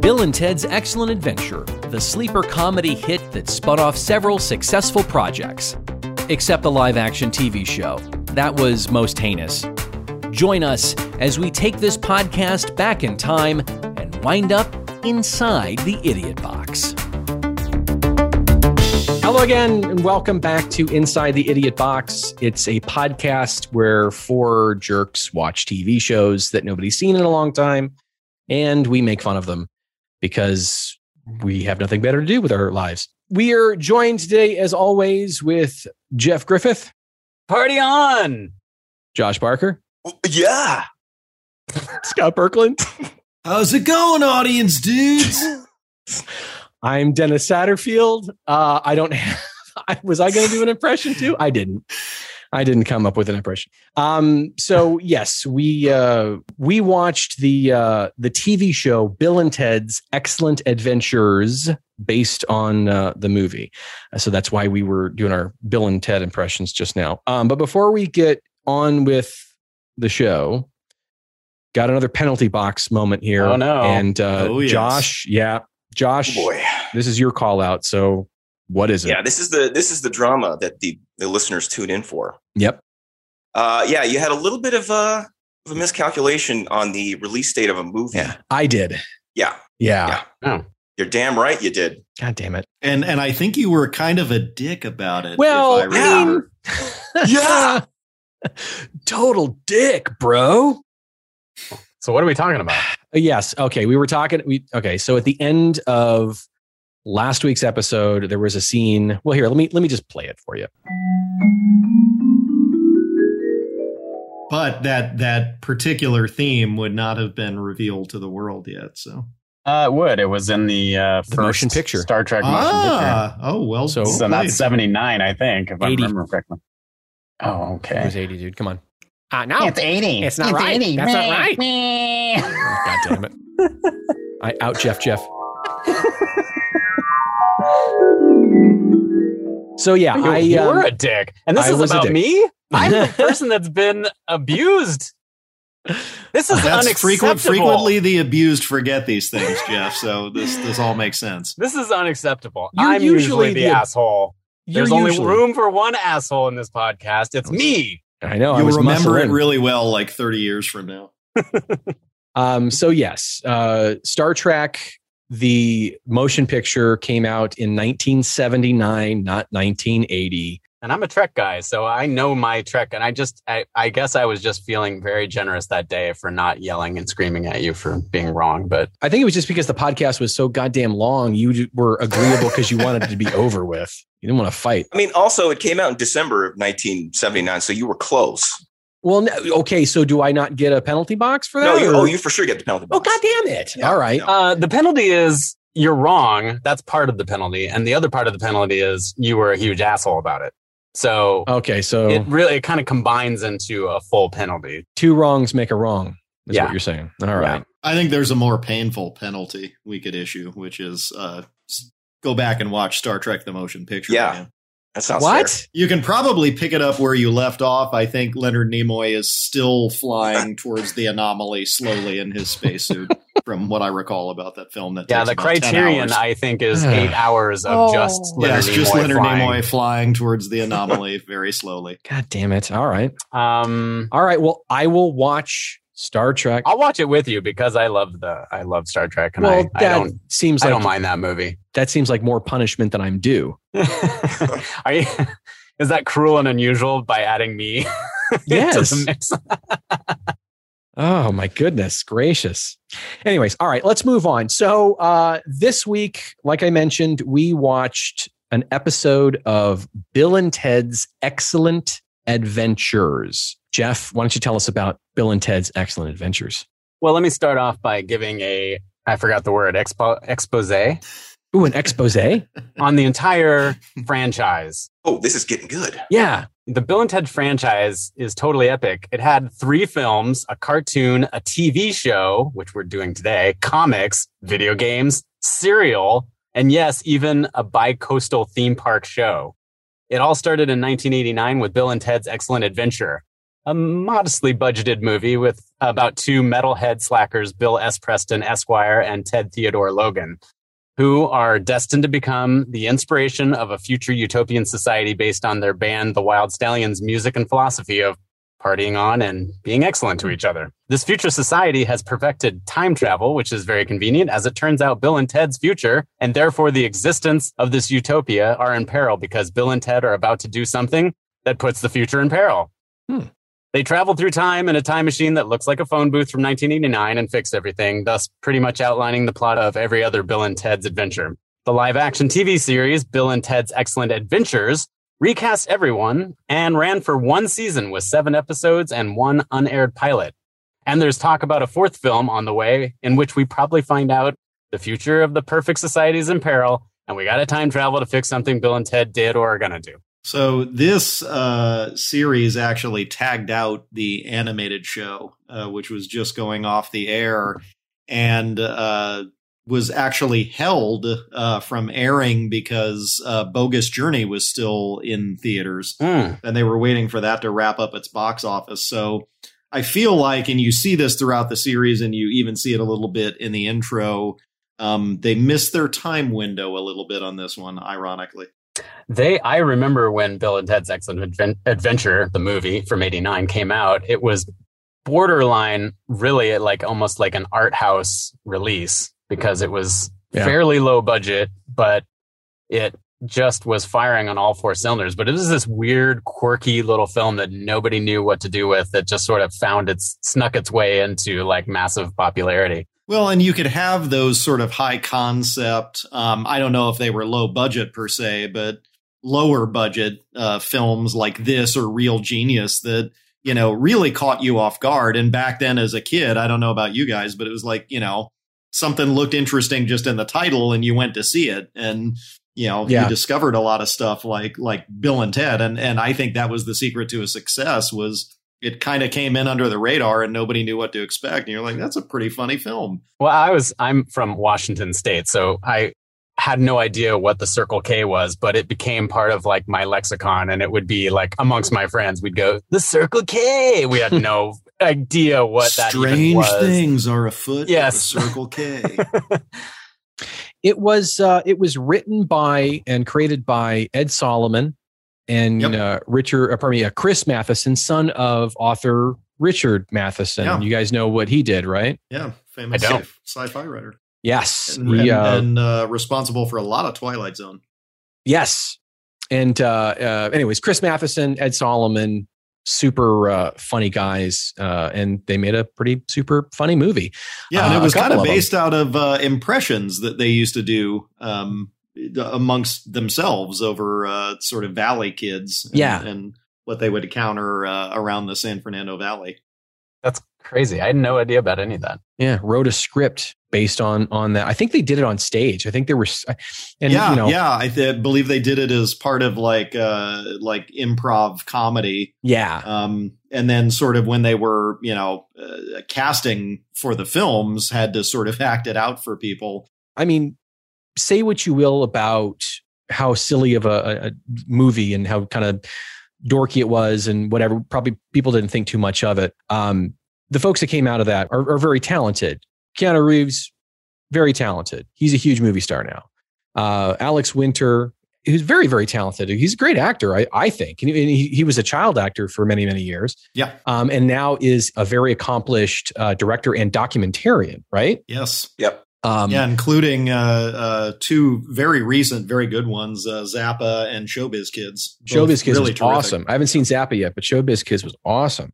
Bill and Ted's Excellent Adventure, the sleeper comedy hit that spun off several successful projects, except the live action TV show. That was most heinous. Join us as we take this podcast back in time and wind up inside the Idiot Box. Hello again, and welcome back to Inside the Idiot Box. It's a podcast where four jerks watch TV shows that nobody's seen in a long time, and we make fun of them because we have nothing better to do with our lives. We are joined today, as always, with Jeff Griffith, Party on! Josh Barker, Yeah. Scott Berkland. How's it going, audience dudes? I'm Dennis Satterfield. Uh, I don't have, I, was I going to do an impression too? I didn't. I didn't come up with an impression. Um, so yes, we uh, we watched the uh, the TV show Bill and Ted's Excellent Adventures based on uh, the movie. So that's why we were doing our Bill and Ted impressions just now. Um, but before we get on with the show, got another penalty box moment here. Oh, no. And uh, Oh, yes. Josh, yeah, Josh, Oh, boy. this is your call out. So what is it? Yeah, this is the this is the drama that the, the listeners tune in for. Yep. Uh yeah, you had a little bit of a of a miscalculation on the release date of a movie. Yeah. I did. Yeah. Yeah. Yeah. You're damn right you did. God damn it. and and I think you were kind of a dick about it. Well, if I I remember. mean, yeah. Total dick, bro. So what are we talking about? Uh, Yes. Okay. We were talking. We okay. So at the end of last week's episode, there was a scene. Well, here, let me let me just play it for you. but that that particular theme would not have been revealed to the world yet. So, Uh, it would. It was in the uh, The first motion picture. Star Trek motion ah, oh well. So- picture. well So not played. seventy nine, I think, if I 80. remember correctly. Oh, It okay. was eighty, dude. Come on. Uh, no. eighty. It's not right. That's not right. God damn it. I out Jeff Jeff. so yeah, I you um, were a dick, and this I is was a about dick. me. I'm the person that's been abused. This is that's unacceptable. frequent, frequently the abused forget these things, Jeff. So this this all makes sense. This is unacceptable. You're I'm usually usually the the- asshole. you're There's only usually- room for one asshole in this podcast. It's me. I know. Oh, I You'll was remember it muscling. really well, like thirty years from now. Um, so yes, uh, Star Trek, the motion picture came out in 1979, not 1980. and I'm a Trek guy, so I know my Trek. And I just, I, I guess I was just feeling very generous that day for not yelling and screaming at you for being wrong. But I think it was just because the podcast was so goddamn long. You d- were agreeable because you wanted it to be over with. You didn't want to fight. I mean, also it came out in December of 1979, so you were close. Well, no, okay. So do I not get a penalty box for No, that? you, or- oh, you for sure get the penalty Oh, box. goddamn it! Yeah, All right. no. uh, the penalty is you're wrong. That's part of the penalty. And the other part of the penalty is you were a huge asshole about it. So Okay. Oh. So it really it kind of combines into a full penalty. two wrongs make a wrong. Is Yeah. what you're saying. All right. I think there's a more painful penalty we could issue, which is uh, s- go back and watch Star Trek: The Motion Picture. Yeah. again. That sounds What? fair. You can probably pick it up where you left off. I think Leonard Nimoy is still flying towards the anomaly slowly in his spacesuit, from what I recall about that film. That Yeah, takes the about 10 criterion hours. I think is eight hours of Oh. just yeah, Leonard it's just Nimoy Leonard flying. Nimoy flying towards the anomaly very slowly. God damn it! All right. Um, All right. Well, I will watch Star Trek. I'll watch it with you because I love the I love Star Trek and well, I, I that don't seems I like don't mind that movie. that seems like more punishment than I'm due. Are you, is that cruel and unusual by adding me to the Yes. mix? oh my goodness gracious. Anyways, all right, let's move on. So uh, this week, like I mentioned, we watched an episode of Bill and Ted's Excellent Adventures. Jeff, why don't you tell us about Bill and Ted's Excellent Adventures? Well, let me start off by giving a I forgot the word expo, expose Ooh, an expose? on the entire franchise. Oh, this is getting good. yeah. The Bill and Ted franchise is totally epic. It had three films, a cartoon, a TV show, which we're doing today, comics, video games, cereal, and yes, even a bi-coastal theme park show. It all started in 1989 with Bill and Ted's Excellent Adventure. a modestly budgeted movie with about two metalhead slackers, Bill S. Preston, Esquire, and Ted Theodore Logan, who are destined to become the inspiration of a future utopian society based on their band, The Wild Stallions' music and philosophy of partying on and being excellent to each other. This future society has perfected time travel, which is very convenient. As it turns out, Bill and Ted's future, and therefore the existence of this utopia, are in peril because Bill and Ted are about to do something that puts the future in peril. Hmm. They travel through time in a time machine that looks like a phone booth from 1989 and fixed everything, thus pretty much outlining the plot of every other Bill and Ted's adventure. The live action TV series, Bill and Ted's Excellent Adventures, recast everyone, and ran for one season with seven episodes and one unaired pilot. And there's talk about a fourth film on the way, in which we probably find out the future of the perfect society is in peril, and we got to time travel to fix something Bill and Ted did or are going to do. So this uh, series actually tagged out the animated show, uh, which was just going off the air, and uh, was actually held uh, from airing because uh, Bogus Journey was still in theaters. Mm. and they were waiting for that to wrap up its box office. So I feel like, and you see this throughout the series, and you even see it a little bit in the intro. Um, they missed their time window a little bit on this one, ironically. They, I remember when Bill and Ted's Excellent Adven- Adventure, the movie from '89, came out. It was borderline, really, like almost like an art house release because it was Yeah. fairly low budget, but it just was firing on all four cylinders. But it was this weird, quirky little film that nobody knew what to do with. That just sort of found its snuck its way into like massive popularity. Well, and you could have those sort of high concept. Um, I don't know if they were low budget per se, but lower budget uh, films like this or Real Genius that you know really caught you off guard. And back then, as a kid, I don't know about you guys, but it was like you know something looked interesting just in the title, and you went to see it, and you know Yeah. you discovered a lot of stuff like like Bill and Ted, and and I think that was the secret to a success was. It kind of came in under the radar and nobody knew what to expect. And you're like, that's a pretty funny film. Well, I was I'm from Washington State, so I had no idea what the Circle K was, but it became part of like my lexicon, and it would be like amongst my friends, we'd go the Circle K. We had no idea what that even strange was. things are afoot at Yes. the circle k It was uh, it was written by and created by Ed Solomon and Yep. uh, Richard, uh, pardon me, uh, Chris Matheson, son of author Richard Matheson. Yeah. You guys know what he did, right? yeah famous I don't. sci- fi writer Yes, and, he, and- uh, and, uh, responsible for a lot of twilight zone yes. And uh, uh, anyways, Chris Matheson, Ed Solomon, super uh, funny guys, uh, and they made a pretty super funny movie. yeah and Uh, it was a couple kind of of them. based out of uh, impressions that they used to do um, th- amongst themselves over uh, sort of valley kids and, Yeah. and what they would encounter uh, around the san fernando valley That's crazy. I had no idea about any of that. Yeah, wrote a script based on on that. I think they did it on stage. I think there were, s- and yeah you know, yeah i th- believe they did it as part of like uh like improv comedy yeah, um, and then sort of when they were you know uh, casting for the films had to sort of act it out for people I mean, say what you will about how silly of a, a- a movie and how kind of dorky it was and whatever. Probably people didn't think too much of it. Um, the folks that came out of that are, are very talented. Keanu Reeves, very talented. He's a huge movie star now. Uh, Alex Winter, who's very, very talented. He's a great actor, I, I think. And he, he was a child actor for many, many years. Yeah. Um, and now is a very accomplished uh, director and documentarian, right? yes Um, yeah including uh, uh, two very recent very good ones uh, zappa and showbiz kids Both Showbiz Kids was terrific. awesome. I haven't seen Zappa yet, but Showbiz Kids was awesome.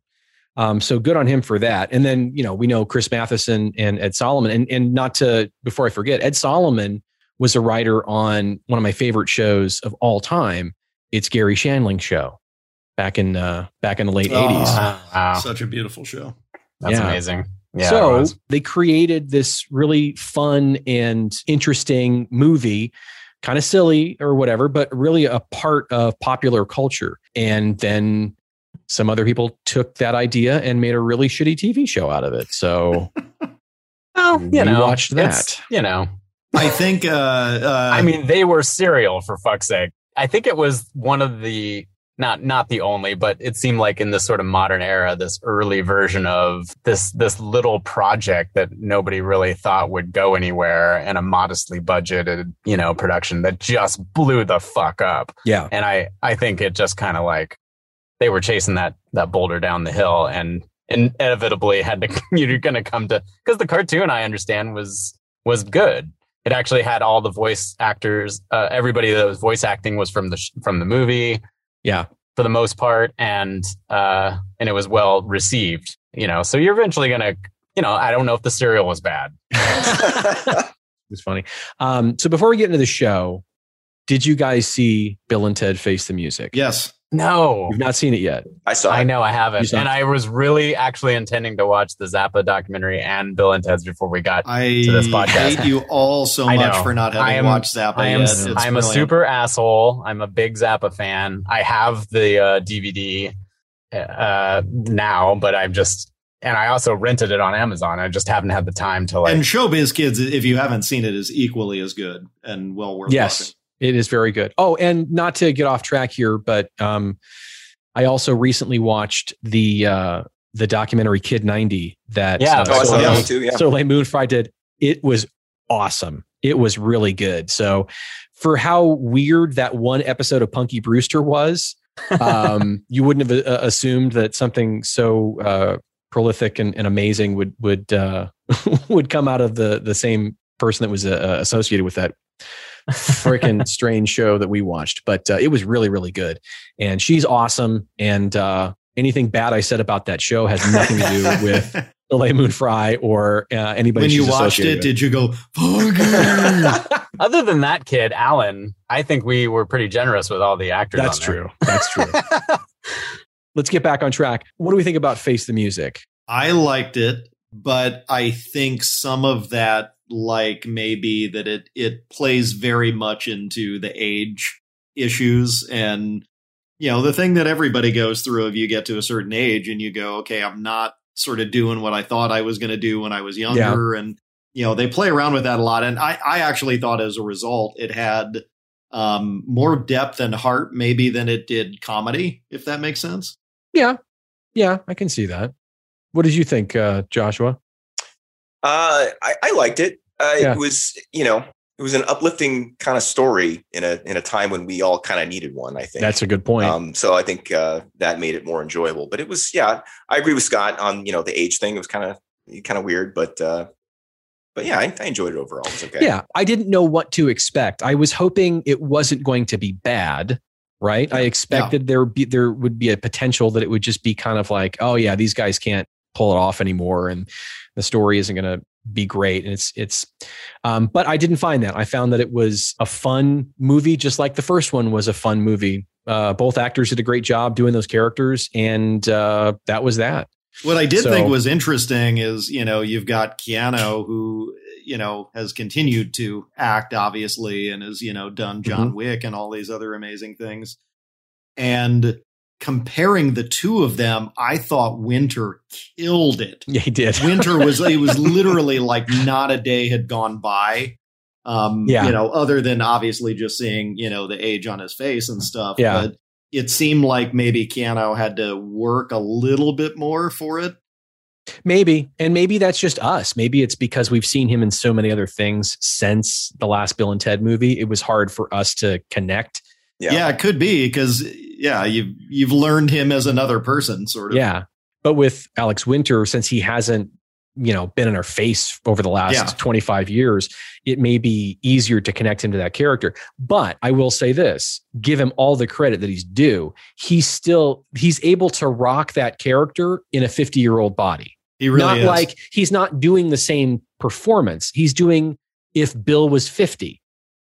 Um, so good on him for that. And then you know we know Chris Matheson and Ed Solomon, and and not to before I forget, Ed Solomon was a writer on one of my favorite shows of all time. It's Gary Shandling show back in uh, back in the late Oh, eighties. Wow, such a beautiful show that's yeah. amazing. Yeah, it so was. they created this really fun and interesting movie, kind of silly or whatever, but really a part of popular culture. And then some other people took that idea and made a really shitty TV show out of it. So well, we you know, watched it's- that. You know, i think uh, uh, I mean, they were cereal for fuck's sake. I think it was one of the not not the only, but it seemed like in this sort of modern era, this early version of this this little project that nobody really thought would go anywhere, and a modestly budgeted you know production that just blew the fuck up. Yeah. And I I think it just kind of like they were chasing that that boulder down the hill, and inevitably had to you're going to come to because the cartoon I understand was was good. It actually had all the voice actors. Uh, everybody that was voice acting was from the sh- from the movie Yeah. for the most part and uh and it was well received you know so you're eventually gonna you know i don't know if the cereal was bad It was funny. Um, so before we get into the show, did you guys see Bill and Ted Face the Music? Yes. no You've not seen it yet. I saw. i it. know i You haven't saw- and i was really actually intending to watch the zappa documentary and bill and ted's before we got I To this podcast. hate you all so I much know. for not having I am- watched Zappa I am yet. s- It's I'm a brilliant. super asshole. I'm a big Zappa fan. I have the uh, DVD uh, now, but I've just and I also rented it on Amazon. I just haven't had the time to like and Showbiz Kids, if you haven't seen it, is equally as good and well worth Yes. watching. It is very good. Oh, and not to get off track here, but um, I also recently watched the uh, the documentary Kid 90 that Yeah. uh, Oh, I saw Soleil- that one too. Yeah. So Late Moonfry did. It was awesome. It was really good. So for how weird that one episode of Punky Brewster was, um, you wouldn't have uh, assumed that something so uh, prolific and, and amazing would would uh, would come out of the the same person that was uh, associated with that freaking strange show that we watched. But uh, it was really really good, and she's awesome. And uh, anything bad I said about that show has nothing to do with the Lay Moon Fry or uh, anybody. when you she's watched it, associated did you go, "Fuck with. Other than that kid, Alan, I think we were pretty generous with all the actors. That's on there. true. That's true. Let's get back on track. What do we think about Face the Music? I liked it, but I think some of that, like maybe that it it plays very much into the age issues and you know the thing that everybody goes through if you get to a certain age and you go, okay, I'm not sort of doing what I thought I was going to do when I was younger, and you know they play around with that a lot. And I I actually thought as a result it had um more depth and heart maybe than it did comedy if that makes sense Yeah, I can see that. What did you think, uh, Joshua? Uh, I, I liked it. Uh, Yeah. It was, you know, it was an uplifting kind of story in a in a time when we all kind of needed one. I think That's a good point. Um, so I think uh, that made it more enjoyable. But it was, yeah, I agree with Scott on you know the age thing. It was kind of kind of weird, but uh, but yeah, I, I enjoyed it overall. It was okay. Yeah, I didn't know what to expect. I was hoping it wasn't going to be bad, right? I expected there would be there would be a potential that it would just be kind of like, oh yeah, these guys can't pull it off anymore, and the story isn't going to be great. And it's it's, um, but I didn't find that. I found that it was a fun movie, just like the first one was a fun movie. Uh, both actors did a great job doing those characters, and uh, that was that. What I did So- think was interesting is, you know, you've got Keanu who, you know, has continued to act obviously and has, you know, done John Mm-hmm. Wick and all these other amazing things. And comparing the two of them, I thought Winter killed it. Yeah, he did. Winter was it was literally like not a day had gone by. Um, Yeah. you know, other than obviously just seeing, you know, the age on his face and stuff. Yeah. But it seemed like maybe Keanu had to work a little bit more for it. Maybe. And maybe that's just us. Maybe it's because we've seen him in so many other things since the last Bill and Ted movie. It was hard for us to connect. Yeah. Yeah, it could be because yeah, you've you've learned him as another person, sort of. Yeah. But with Alex Winter, since he hasn't, you know, been in our face over the last Yeah. 25 years, it may be easier to connect him to that character. But I will say this give him all the credit that he's due. He's still, he's able to rock that character in a 50 year old body. He really not is. like he's not doing the same performance. He's doing if Bill was 50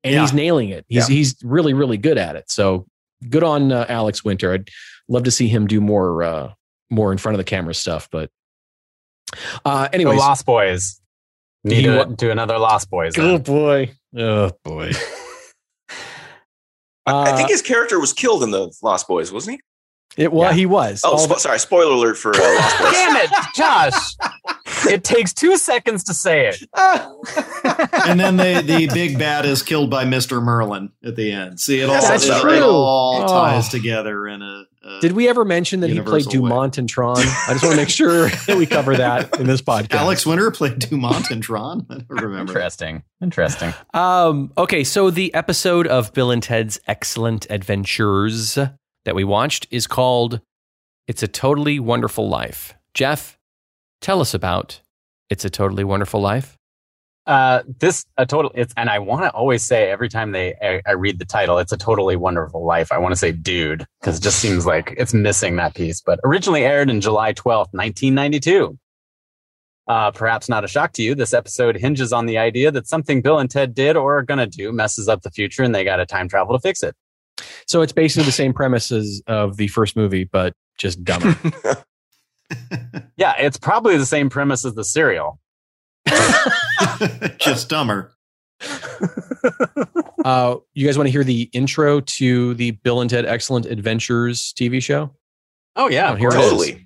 and Yeah. he's nailing it. He's he's really really good at it. So good on uh, Alex Winter. I'd love to see him do more uh more in front of the camera stuff, but uh The anyways. Lost Boys. Need You to want- do another Lost Boys. then. boy. Oh boy. I think it, his character was killed in the Lost Boys, wasn't he? Uh, well, yeah. he was. Oh, All spo- sorry, spoiler alert for uh, Lost Boys. Damn it, Josh! it takes two seconds to say it. and then they, the big bad is killed by Mr. Merlin at the end. See, it all, That's it, true. it all Oh. ties together in a. a Did we ever mention that he played Universal way. Dumont and Tron? I just want to make sure that we cover that in this podcast. Alex Winter played Dumont and Tron? I don't remember. that. Interesting. Interesting. Um, okay, so the episode of Bill and Ted's Excellent Adventures that we watched is called It's a Totally Wonderful Life. Jeff, tell us about It's a Totally Wonderful Life. Uh, this a total. It's and I want to always say every time they I, I read the title, it's a totally wonderful life. I want to say dude because it just seems like it's missing that piece. But originally aired in July twelfth, nineteen ninety two. Uh, perhaps not a shock to you. This episode hinges on the idea that something Bill and Ted did or are gonna do messes up the future, and they got to time travel to fix it. So it's basically the same premises of the first movie, but just dumber. Yeah, it's probably the same premise as the serial. Just dumber. uh, you guys want to hear the intro to the Bill and Ted Excellent Adventures TV show? Oh yeah, Oh, of here it course. is. totally.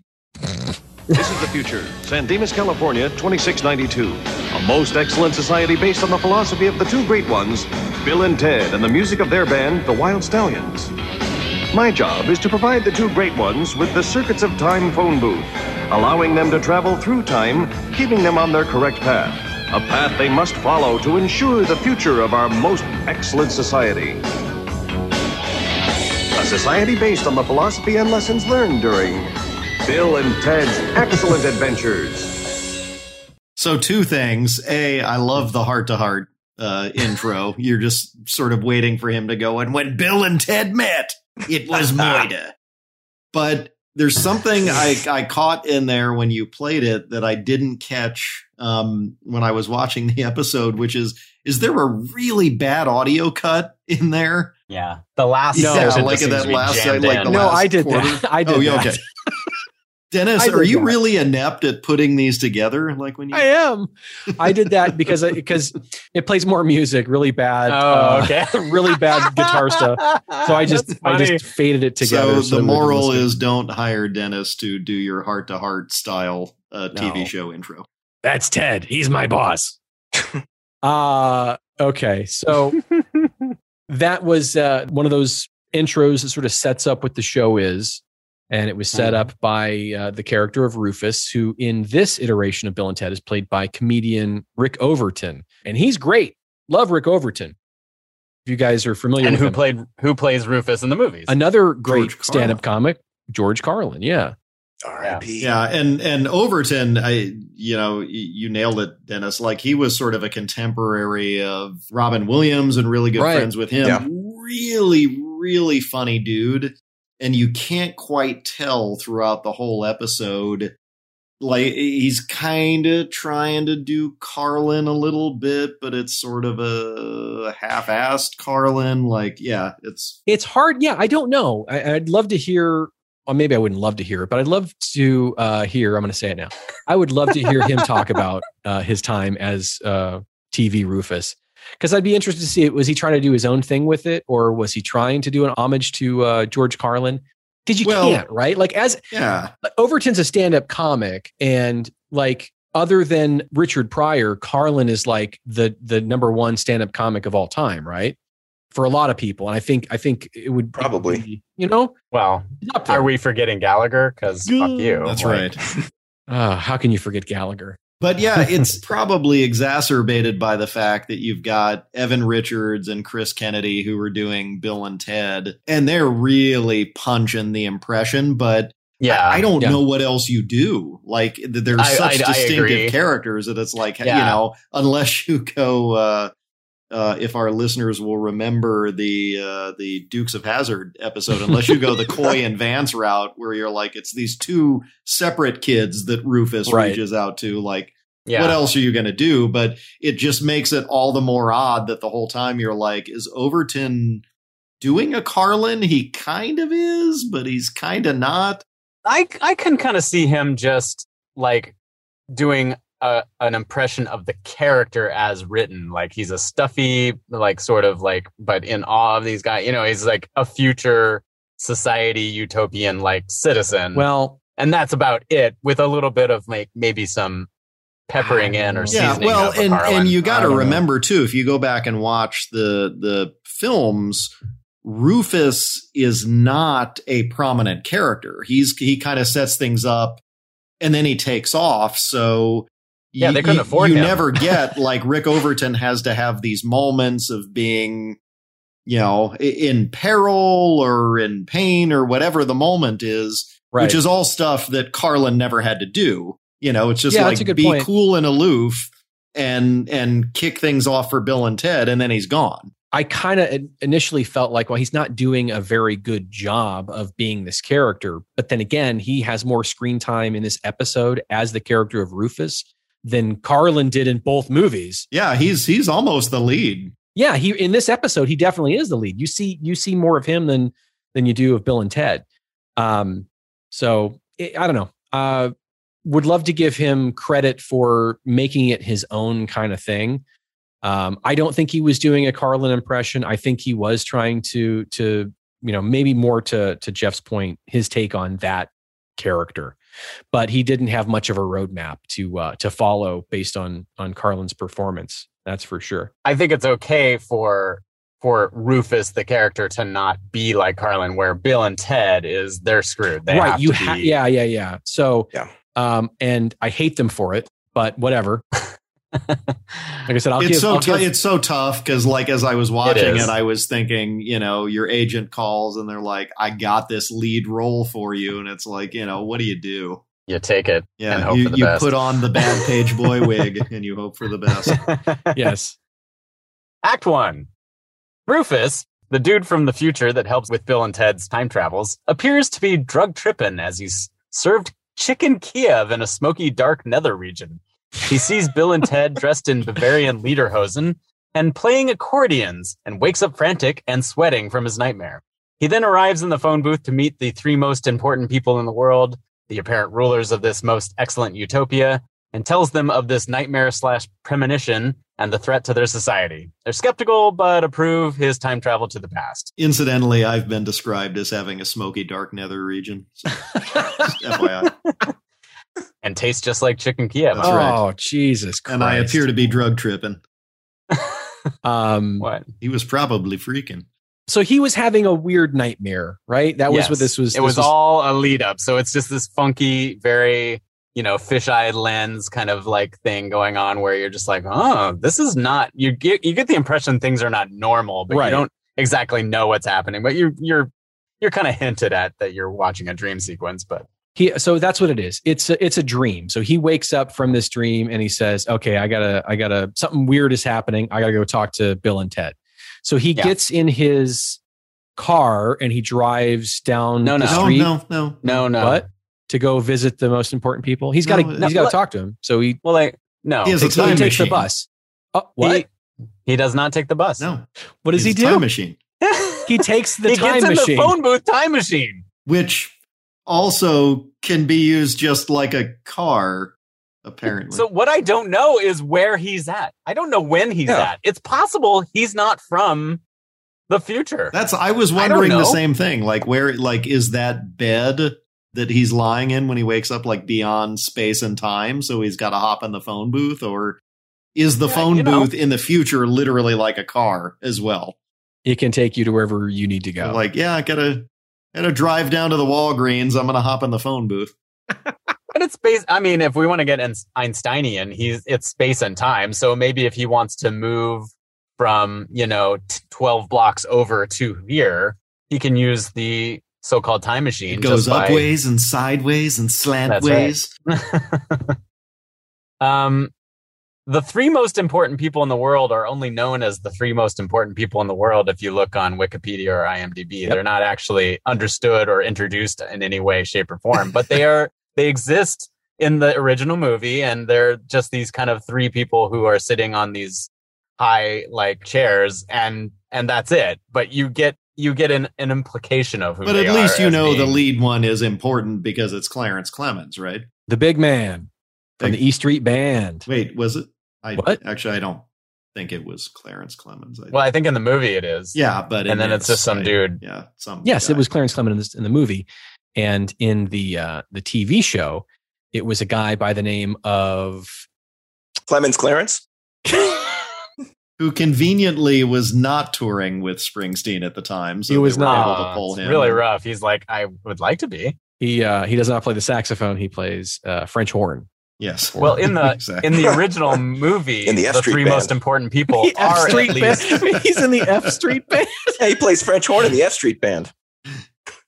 This is the future. San Dimas, California, 2692. A most excellent society based on the philosophy of the two great ones, Bill and Ted, and the music of their band, the Wild Stallions. My job is to provide the two great ones with the circuits of time phone booth, allowing them to travel through time, keeping them on their correct path. A path they must follow to ensure the future of our most excellent society. A society based on the philosophy and lessons learned during Bill and Ted's Excellent Adventures. So two things. A, I love the heart to heart uh intro. You're just sort of waiting for him to go and when Bill and Ted met, it was murder. but there's something I, I caught in there when you played it that I didn't catch um, when I was watching the episode, which is is there a really bad audio cut in there? Yeah, the last No, section like just seems that to be last- jammed like the in. No, I did quarter. that. I did. oh, yeah, that. okay. Dennis, I did are you that. really inept at putting these together? Like when you I am. I did that because because it plays more music, really bad, Oh, okay. uh, really bad guitar stuff. So I just That's I funny. just faded it together. that So, the we could moral listen. is don't hire Dennis to do your heart to heart style uh, No. TV show intro. that's Ted. He's my boss. uh okay. So that was uh, one of those intros that sort of sets up what the show is. And it was set Mm-hmm. up by uh, the character of Rufus, who in this iteration of Bill and Ted is played by comedian Rick Overton. And he's great. Love Rick Overton. If you guys are familiar and with who him. played who plays Rufus in the movies? another great George Carlin. stand-up comic, George Carlin. Yeah. R.I.P. Yeah, and and Overton, I you know y- you nailed it, Dennis. Like he was sort of a contemporary of Robin Williams and really good Right. friends with him. Yeah. Really, really funny dude, and you can't quite tell throughout the whole episode. Like he's kind of trying to do Carlin a little bit, but it's sort of a half-assed Carlin. Like, yeah, it's It's hard. Yeah, I don't know. I, I'd love to hear. Or maybe I wouldn't love to hear it, but I'd love to uh, hear. I'm going to say it now. I would love to hear him talk about uh, his time as uh, TV Rufus, because I'd be interested to see it. Was he trying to do his own thing with it, or was he trying to do an homage to uh, George Carlin? Because you Well- can't, right? Like as yeah. Overton's a stand-up comic, and like other than Richard Pryor, Carlin is like the the number one stand-up comic of all time, right? For a lot of people, and I think I think it would Probably. be, you know well, up there. are we forgetting Gallagher? Because fuck you. That's Like, right. Ah, how can you forget Gallagher? But yeah, it's probably exacerbated by the fact that you've got Evan Richards and Chris Kennedy who were doing Bill and Ted, and they're really punching the impression. But Yeah. I, I don't Yeah. know what else you do. Like th- they're I- such I- I agree. distinctive characters that it's like you Yeah. know, unless you go. Uh, uh, if our listeners will remember the uh, the Dukes of Hazard episode, unless you go the Coy and Vance route, where you're like it's these two separate kids that Rufus Right. reaches out to, like yeah. what else are you going to do? But it just makes it all the more odd that the whole time you're like, is Overton doing a Carlin? He kind of is, but he's kind of not. I I can kind of see him just like doing a, an impression of the character as written. Like he's a stuffy, like sort of like, but in awe of these guys. You know, he's like a future society utopian Hmm. like citizen. Well, and that's about it with a little bit of like maybe some peppering in or yeah seasoning. well of a and Carlin. and you I got to don't know. remember too if you go back and watch the the films rufus is not a prominent character he's he kind of sets things up and then he takes off so Yeah, you- they couldn't you- afford you him. never get like rick overton has to have these moments of being you know i- in peril or in pain or whatever the moment is Right. which is all stuff that Carlin never had to do. You know, it's just Yeah, that's a like good be point. cool and aloof and and kick things off for Bill and Ted, and then he's gone. I kind of initially felt like, well, he's not doing a very good job of being this character. But then again, he has more screen time in this episode as the character of Rufus than Carlin did in both movies. Yeah, he's he's almost the lead. Yeah, he in this episode he definitely is the lead. You see, you see more of him than than you do of Bill and Ted. Um, so it, I don't know. Uh, would love to give him credit for making it his own kind of thing. Um, I don't think he was doing a Carlin impression. I think he was trying to to you know maybe more to to Jeff's point, his take on that character, but he didn't have much of a roadmap to uh, to follow based on on Carlin's performance. That's for sure. I think it's okay for for Rufus the character to not be like Carlin, where Bill and Ted is they're screwed. They right. have you to have, be- yeah, yeah, yeah. So, Yeah. um, and I hate them for it, but whatever. Like I said, I'll it's give. so I'll tou- give- it's so tough because like as I was watching it, is. I was thinking, you know, your agent calls and they're like, "I got this lead role for you," and it's like, you know, what do you do? you take it. And Yeah, hope you, for the you best. put on the bad page boy wig and you hope for the best. yes. Act one. Rufus, the dude from the future that helps with Bill and Ted's time travels, appears to be drug tripping as he's served chicken Kiev in a smoky, dark nether region. He sees Bill and Ted dressed in Bavarian lederhosen and playing accordions and wakes up frantic and sweating from his nightmare. He then arrives in the phone booth to meet the three most important people in the world, the apparent rulers of this most excellent utopia, and tells them of this nightmare slash premonition and the threat to their society. They're skeptical, but approve his time travel to the past. Incidentally, I've been described as having a smoky dark nether region. So, just FYI. And tastes just like chicken Kiev. That's oh right. Jesus Christ! and I appear to be drug tripping. Um, What? He was probably freaking. so he was having a weird nightmare, right? That was Yes. what this was. It this was all a lead up. So it's just this funky, very, you know, fisheye lens kind of like thing going on where you're just like, oh, this is not, you get, you get the impression things are not normal, but Right. you don't exactly know what's happening. But you're, you're, you're kind of hinted at that you're watching a dream sequence, but he so that's what it is it's a, it's a dream so he wakes up from this dream and he says okay i gotta i gotta something weird is happening i gotta go talk to bill and ted so he Yeah. gets in his car and he drives down No, the no. No, street no, no, no, no. what to go visit the most important people he's gotta No, he's gotta what? talk to him so he, Well, like, no. He has a so he time takes the machine. bus oh, what He, he does not take the bus. No. what does he He's a Time do machine. he takes the he time gets in machine the phone booth time machine. Which also can be used just like a car, apparently. So what I don't know is where he's at. I don't know when he's Yeah. at. It's possible he's not from the future. that's I was I don't wondering the know. same thing. Like where like is that bed that he's lying in when he wakes up like beyond space and time, so he's gotta hop in the phone booth, or is the Yeah, phone you know. booth in the future literally like a car as well? it can take you to wherever you need to go Like, yeah, I gotta gotta drive down to the Walgreens, I'm gonna hop in the phone booth. But it's based. I mean, if we want to get Ein- Einsteinian, he's it's space and time. So maybe if he wants to move from you know t- twelve blocks over to here, he can use the so-called time machine. It goes just up by- ways and sideways and slant That's right. ways. um, the three most important people in the world are only known as the three most important people in the world if you look on Wikipedia or IMDb. They're not actually understood or introduced in any way, shape, or form, but they are they exist in the original movie, and they're just these kind of three people who are sitting on these high like chairs, and and that's it. But you get you get an, an implication of who. But they at least are you as know the being- lead one is important because it's Clarence Clemens, right? the big man from Big- Oh the e street band Wait, was it? I What? actually I don't think it was Clarence Clemens. I, Well, I think in the movie it is. yeah, but in and then it's this, just some I- dude. Yeah, some. Yes, guy. it was Clarence Clement in, this, in the movie, and in the uh, the TV show, it was a guy by the name of Clemens Clarence. who conveniently was not touring with Springsteen at the time. So He was they were not. able to pull Ah, it's him. really rough. He's like, I would like to be. He uh, he does not play the saxophone. He plays uh, French horn. Yes. Well, in the Exactly. in the original movie, In the F the Street three Band. most important people The F are at Street least Band. He's in the F Street Band. Yeah, he plays French horn in the F Street Band.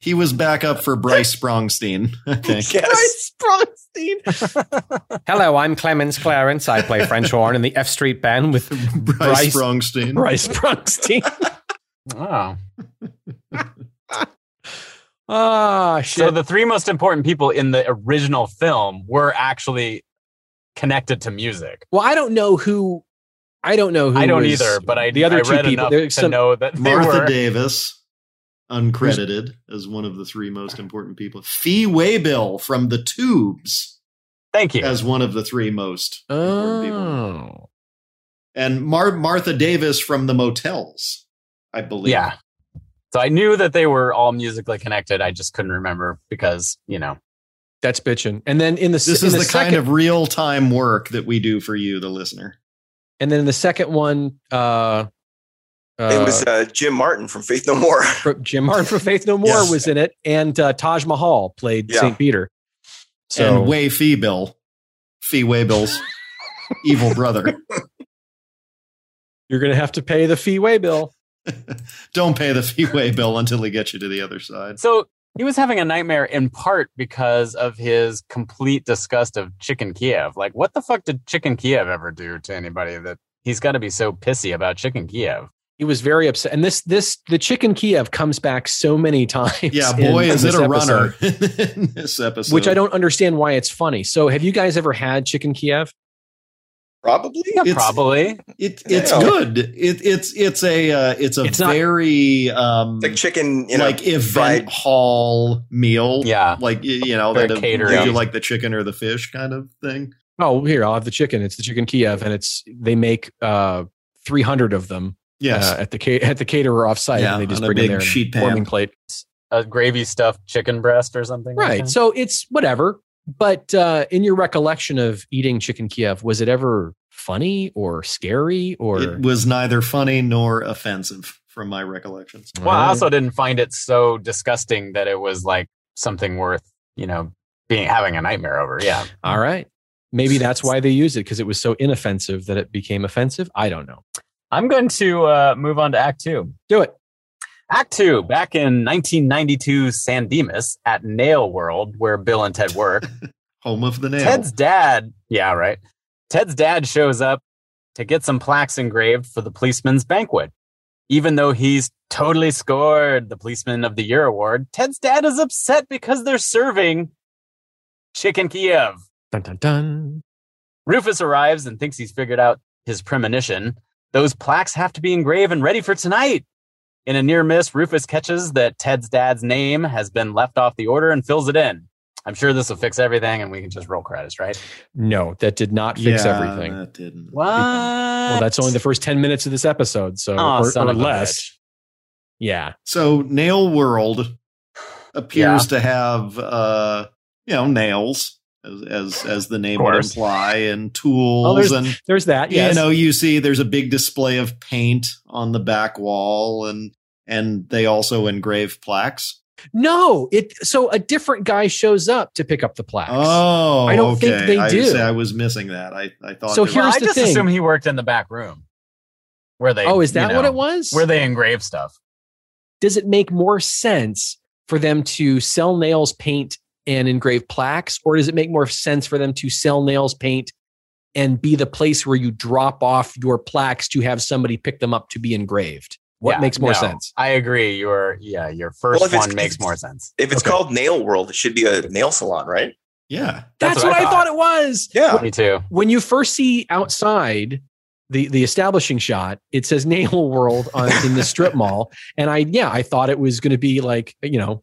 he was back up for Bryce Sprongstein, I think. Yes. Springsteen. Hello, I'm Clemens Clarence. I play French horn in the F Street Band with Bryce, Bryce- Sprongstein. Bryce Springsteen. Oh. Ah, shit. So the three most important people in the original film were actually connected to music. well, I don't know who. I don't know who. I don't was- either, but I the other I two read people. enough There's to some, know that they Martha were. Davis, uncredited as one of the three most important people. Fee Waybill from the Tubes Thank you. as one of the three most important people. oh, And Mar- Martha Davis from the Motels, I believe. Yeah. So I knew that they were all musically connected. I just couldn't remember because you know. that's bitching. And then in the This in is the, second, kind of real time work that we do for you, the listener. and then in the second one, uh, uh it was uh, Jim Martin from Faith No More. Fr- Jim Martin from Faith No More Yes. was in it, and uh, Taj Mahal played Yeah. Saint Peter. So and Way Fee Bill, Fee Waybill's evil brother. you're gonna have to pay the fee way bill. Don't pay the Fee Waybill until he gets you to the other side. So he was having a nightmare in part because of his complete disgust of Chicken Kiev. Like, what the fuck did Chicken Kiev ever do to anybody that he's got to be so pissy about Chicken Kiev? He was very upset, and this this the chicken Kiev comes back so many times. Yeah, in- boy, in is it this a episode, runner in this episode. Which I don't understand why it's funny. So, have you guys ever had chicken Kiev? Probably. Yeah, It's- probably. It, it's Yeah. good. It, it's it's a uh, it's a It's not- very um, Like chicken, you know. like event fried- hall meal. Yeah. Like y- you know, Very that catering. you like the chicken or the fish kind of thing. Oh, here I'll have the chicken. It's the chicken Kiev, and it's they make uh 300 of them Yes, uh, at the ca- at the caterer offsite, Yeah, and they just on a bring them big there in a sheet pan. warming plate. A gravy stuffed chicken breast or something. like Right. that. So it's whatever. But uh, in your recollection of eating chicken Kiev, was it ever funny or scary or? it was neither funny nor offensive from my recollections. Well, I also didn't find it so disgusting that it was like something worth, you know, being having a nightmare over. Yeah. All right. Maybe that's why they used it because it was so inoffensive that it became offensive. I don't know. I'm going to uh, move on to Act Two. Do it. Act two, back in 1992, San Dimas at Nail World, where Bill and Ted work. Home of the nail. Ted's dad, yeah, right. Ted's dad shows up to get some plaques engraved for the policeman's banquet. Even though he's totally scored the Policeman of the Year award, Ted's dad is upset because they're serving chicken Kiev. Dun dun dun. Rufus arrives and thinks he's figured out his premonition. Those plaques have to be engraved and ready for tonight. In a near miss, Rufus catches that Ted's dad's name has been left off the order and fills it in. I'm sure this will fix everything and we can just roll credits, right? No, that did not fix Yeah, everything. That didn't. What? Well, that's only the first ten minutes of this episode, so Aw, or, son or of a less. bitch. Yeah. So Nail World appears to have uh you know nails as as, as the name Of would course. imply and tools and Oh, There's that. you Yes. know you see there's a big display of paint on the back wall and and they also engrave plaques. no. It. So a different guy shows up to pick up the plaques. Oh, I don't okay. think they I do. see, I was missing that. I I thought So there here's well, was- I the just thing. assume he worked in the back room where they. oh, is that you what know, it was? Where they engrave stuff. does it make more sense for them to sell nails paint and engrave plaques or does it make more sense for them to sell nails paint and be the place where you drop off your plaques to have somebody pick them up to be engraved what Yeah, makes more no, sense I agree. Your yeah, your first Well, if it's- one makes more sense. if it's Okay. called Nail World, it should be a nail salon, right? yeah. that's, what, I, thought. it was Yeah. Me too. when you first see outside the the establishing shot it says nail world on in the strip mall and i yeah i thought it was going to be like you know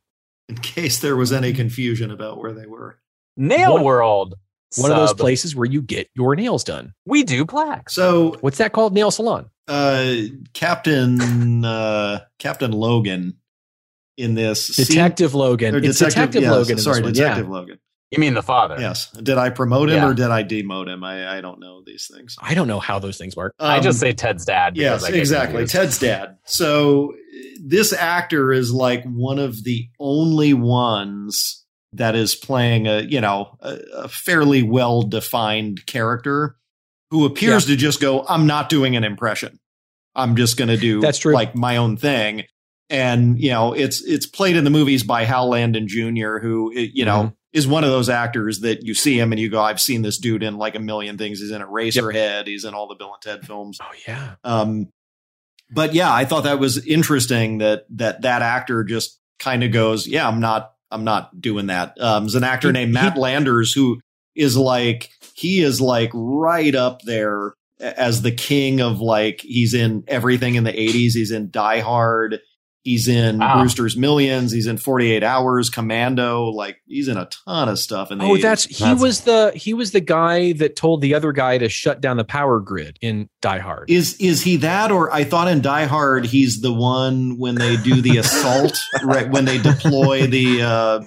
In case there was any confusion about where they were. Nail One- World. one of those sub. places where you get your nails done We do plaques. So what's that called nail salon uh Captain uh Captain Logan in this scene- Detective Logan. or it's Detective yeah, Logan. in Sorry, this one, Detective Logan. You mean the father? Yes. Did I promote him Yeah. or did I demote him? I, I don't know these things. I don't know how those things work. I Um, just say Ted's dad. because Yes, I get exactly. confused. Ted's dad. So uh, this actor is like one of the only ones that is playing a you know a, a fairly well defined character who appears to just go, "I'm not doing an impression. I'm just going to do That's true. like my own thing." And you know, it's it's played in the movies by Hal Landon Jr., who uh, Mm-hmm. you know is one of those actors that you see him and you go, "I've seen this dude in like a million things. He's in Eraserhead. He's in all the Bill and Ted films." Oh yeah. Um, but yeah, I thought that was interesting that that that actor just kind of goes, yeah, I'm not, I'm not doing that. Um, there's an actor named Matt Landers who is like, he is like right up there as the king of like, he's in everything in the 80s. He's in Die Hard. He's in Wow. Brewster's Millions. He's in 48 Hours, Commando. Like he's in a ton of stuff. And Oh, that's he That's- was the he was the guy that told the other guy to shut down the power grid in Die Hard. Is is he that, or I thought in Die Hard he's the one when they do the assault, right? When they deploy the uh,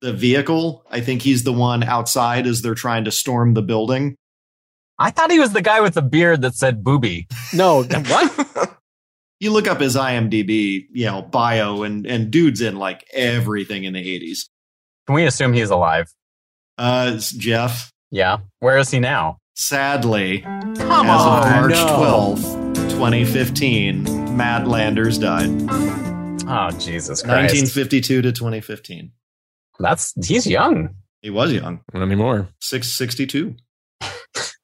the vehicle, I think he's the one outside as they're trying to storm the building. I thought he was the guy with the beard that said booby. no, what? You look up his IMDb, you know, bio, and and dude's in like everything in the eighties. Can we assume he's alive? Uh, it's Jeff, Yeah. Where is he now? sadly, Come as of on, March no. twelfth, twenty fifteen, Matt Landers died, Oh, Jesus Christ. nineteen fifty two to twenty fifteen. That's he's young. He was young, Not anymore. six sixty two.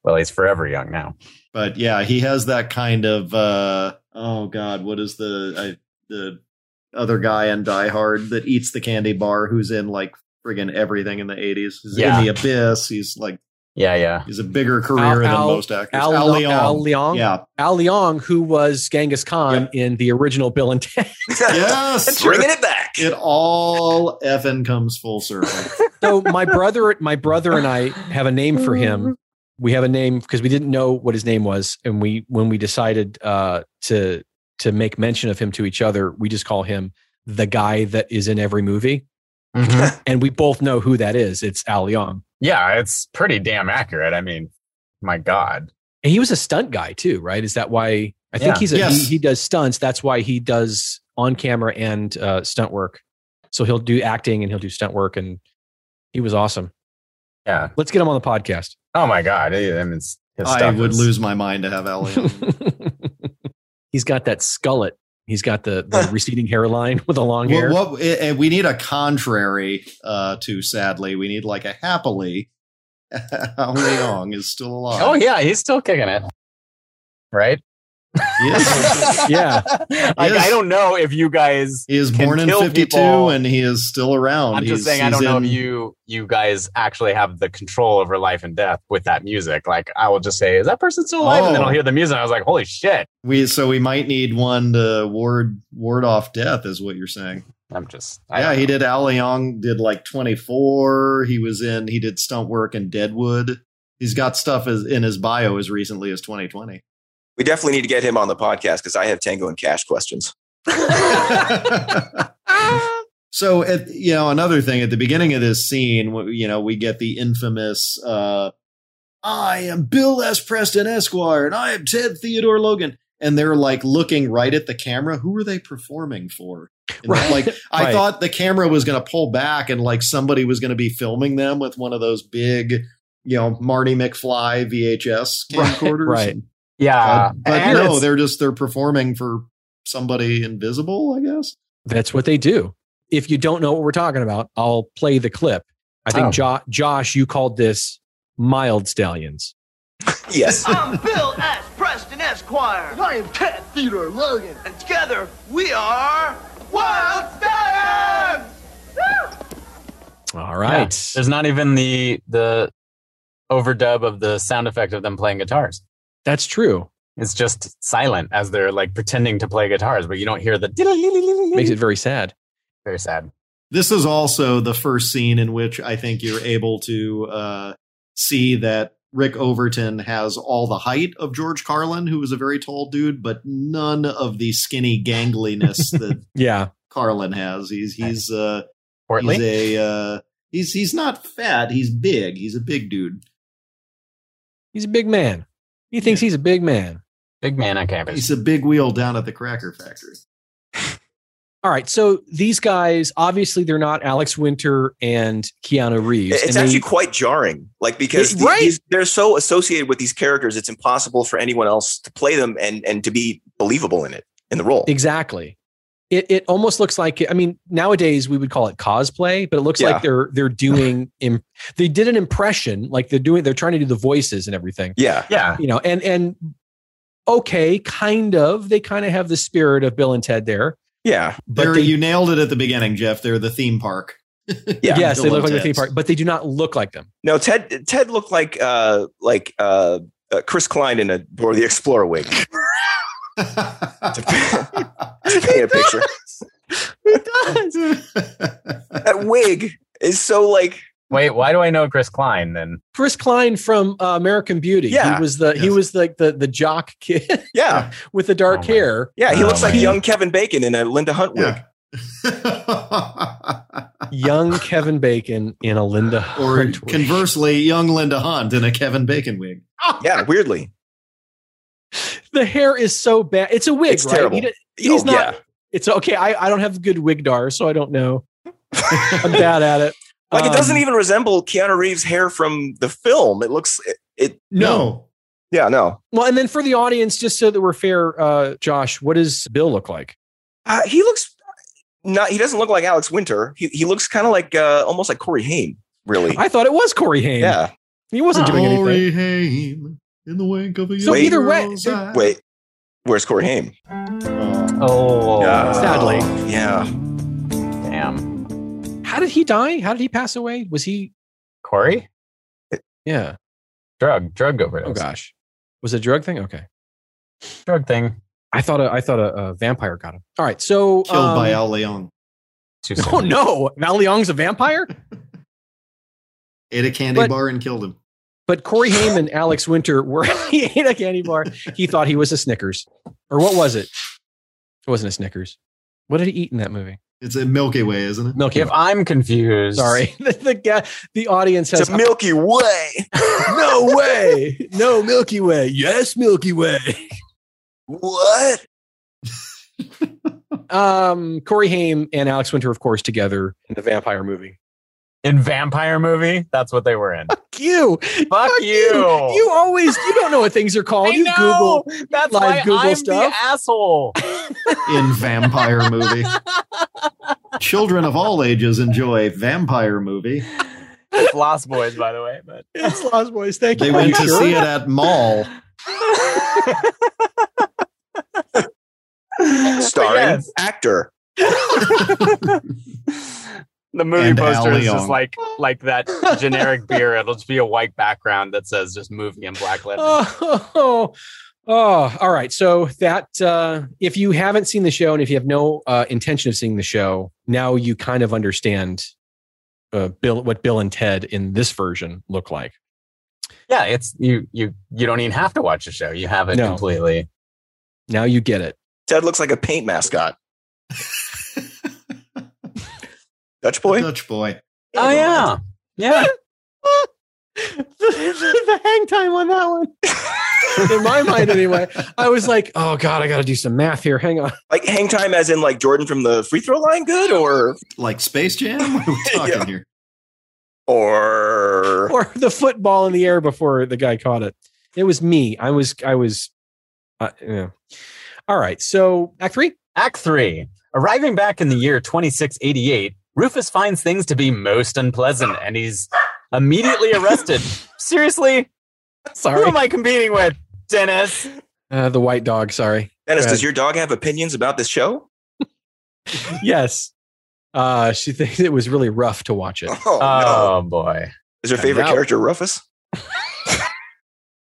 Well, he's forever young now. but yeah, he has that kind of uh oh god, what is the I, the other guy in Die Hard that eats the candy bar who's in like friggin' everything in the eighties? He's Yeah. in the abyss. He's like Yeah, yeah. he's a bigger career than Al- most actors. Al, Al Leong. Al Leong. Yeah. Al Leong, who was Genghis Khan in the original Bill and Ted. Yes. Bringing it back. It all effing comes full circle. So my brother, my brother and I have a name for him. We have a name because we didn't know what his name was, and we when we decided uh, to to make mention of him to each other, we just call him the guy that is in every movie, Mhm. and we both know who that is. It's Al Leong. yeah, it's pretty damn accurate. I mean, my God. And he was a stunt guy too, right? Is that why? I think Yeah. he's a, Yes. he, he does stunts. That's why he does on camera and uh, stunt work. So he'll do acting and he'll do stunt work, and he was awesome. Yeah. Let's get him on the podcast. Oh my God. I I mean, it's- his I stuff would is- lose my mind to have Al Leong. he's got that skullet. He's got the, the receding hairline with the long hair. What, what, eh, eh, we need a contrary uh, to sadly. We need like a happily. Al Leong is still alive. Oh yeah, he's still kicking it. Right? Yes. Yeah. Like, Yes. I don't know if you guys He is can born in kill 52 people. and he is still around. I'm just Um, He's- saying, I he's don't know in- if you you guys actually have the control over life and death with that music. Like, I will just say, is that person still alive? And then Oh. I'll hear the music. and I was like, holy shit! We so we might need one to ward ward off death, is what you're saying. I'm just, I Yeah, don't he know. did. Al Leong did like 24. He was in. He did stunt work in Deadwood. He's got stuff as, in his bio as recently as 2020. We definitely need to get him on the podcast because I have Tango and Cash questions. so at, you know another thing at the beginning of this scene w- you know we get the infamous uh i am bill s preston esquire and i am ted theodore logan and they're like looking right at the camera who are they performing for And, Right. like i Right. thought the camera was going to pull back and like somebody was going to be filming them with one of those big you know marty mcfly vhs Right, camcorders right. And- yeah. uh, but And no it's- they're just they're performing for somebody invisible i guess That's what they do. If you don't know what we're talking about, I'll play the clip. I think Oh. Jo- Josh, you called this mild stallions. Yes. I'm Bill S. Preston Esquire. And I am Ted Theodore Logan. And together we are Wild Stallions! All yeah. right. There's not even the the overdub of the sound effect of them playing guitars. That's true. It's just silent as they're like pretending to play guitars, but you don't hear the. Makes it very sad. very sad. This is also the first scene in which I think you're able to uh, see that Rick Overton has all the height of George Carlin, who was a very tall dude, but none of the skinny gangliness that Yeah. Carlin has. He's he's uh, Portly. he's a uh, He's he's not fat. He's big. He's a big dude. He's a big man. He thinks he's a big man. Big man on campus. He's a big wheel down at the Cracker Factory. All right. So these guys, obviously, they're not Alex Winter and Keanu Reeves. It's and they- actually quite jarring, like because Yeah, the- right. these- they're so associated with these characters, it's impossible for anyone else to play them and and to be believable in it in the role. Exactly. It it almost looks like I mean nowadays we would call it cosplay, but it looks Yeah. like they're they're doing im- they did an impression like they're doing they're trying to do the voices and everything. Yeah, yeah. You know, and and okay, kind of they kind of have the spirit of Bill and Ted there. yeah, But They're- they- you nailed it at the beginning, Jeff. They're the theme park. yeah. yes, they Bill look like and the theme Ted's. park, but they do not look like them. No, Ted Ted looked like uh like uh, uh Chris Klein in a Dora the Explorer wig. to paint a picture. That wig is so like Wait, why do I know Chris Klein then? Chris Klein from uh, American Beauty. Yeah. he was the he Yes. was like the, the jock kid yeah with the dark Oh, man. hair. yeah he Oh, looks like man. young Kevin Bacon in a Linda Hunt wig. Yeah. Young Kevin Bacon in a Linda or Hunt wig. conversely, young Linda Hunt in a Kevin Bacon wig. Yeah, weirdly. the hair is so bad. It's a wig, It's right? terrible. You don't- He's Oh, not- It's okay. I, I don't have good wig dar, so I don't know. I'm bad at it. Like Um, it doesn't even resemble Keanu Reeves' hair from the film. It looks it, it No. yeah, no. Well, and then for the audience, just so that we're fair, uh, Josh, what does Bill look like? Uh, he looks not he doesn't look like Alex Winter. He he looks kind of like uh almost like Corey Haim, really. I thought it was Corey Haim. yeah. He wasn't doing anything. Glory Haim in the wink of a So young either way- girl's so- eye. Wait. Where's Corey Haim? Oh. Oh, Yeah. Sadly. Yeah. damn. How did he die? How did he pass away? Was he? Corey? Yeah. Drug, drug overdose. Oh gosh. Was it a drug thing? Okay. Drug thing. I thought a, I thought a, a vampire got him. All right. So Killed by um, Al Leon. Too Oh soon. no, Val Leong's a vampire. Ate a candy But- bar and killed him. But Corey Haim and Alex Winter were he ate a candy bar. He thought he was a Snickers. Or what was it? It wasn't a Snickers. What did he eat in that movie? It's a Milky Way, isn't it? Milky If Way. I'm confused. Sorry. the, the, guy- the audience has It's a Milky Way. no way. No Milky Way. Yes, Milky Way. What? Um, Corey Haim and Alex Winter, of course, together in the vampire movie. In vampire movie? That's what they were in. Fuck you. Fuck you. you. You always you don't know what things are called. you Google. That's live why Google I'm stuff. the asshole. in vampire movie. Children of all ages enjoy vampire movie. It's Lost Boys, by the way. But It's Lost Boys. Thank They you. Are went you to sure? see it at mall. Starring Yes. actor. the movie And poster Al is Leong. just like like that generic beer. It'll just be a white background that says just movie in black letters. Oh, oh, oh, oh. all right. So that uh, if you haven't seen the show and if you have no uh, intention of seeing the show, now you kind of understand uh, Bill what Bill and Ted in this version look like. Yeah, it's you you you don't even have to watch the show. You have it No. completely. Now you get it. Ted looks like a paint mascot. Dutch boy? Dutch boy. Oh yeah. Yeah. the, the hang time on that one. in my mind, anyway, I was like, "Oh God, I got to do some math here. Hang on." Like hang time as in like Jordan from the free throw line good or Like Space Jam? What are we talking Yeah. here? or Or the football in the air before the guy caught it. It was me. I was. I was. Uh, yeah. All right. So Act Three. Act three. Arriving back in the year 2688, Rufus finds things to be most unpleasant and he's immediately arrested. Seriously? Who Sorry. am I competing with? Dennis. Uh, the white dog. Sorry. Dennis, Right. does your dog have opinions about this show? yes. Uh, she thinks it was really rough to watch it. Oh, no. Oh boy. Is your favorite no. character Rufus?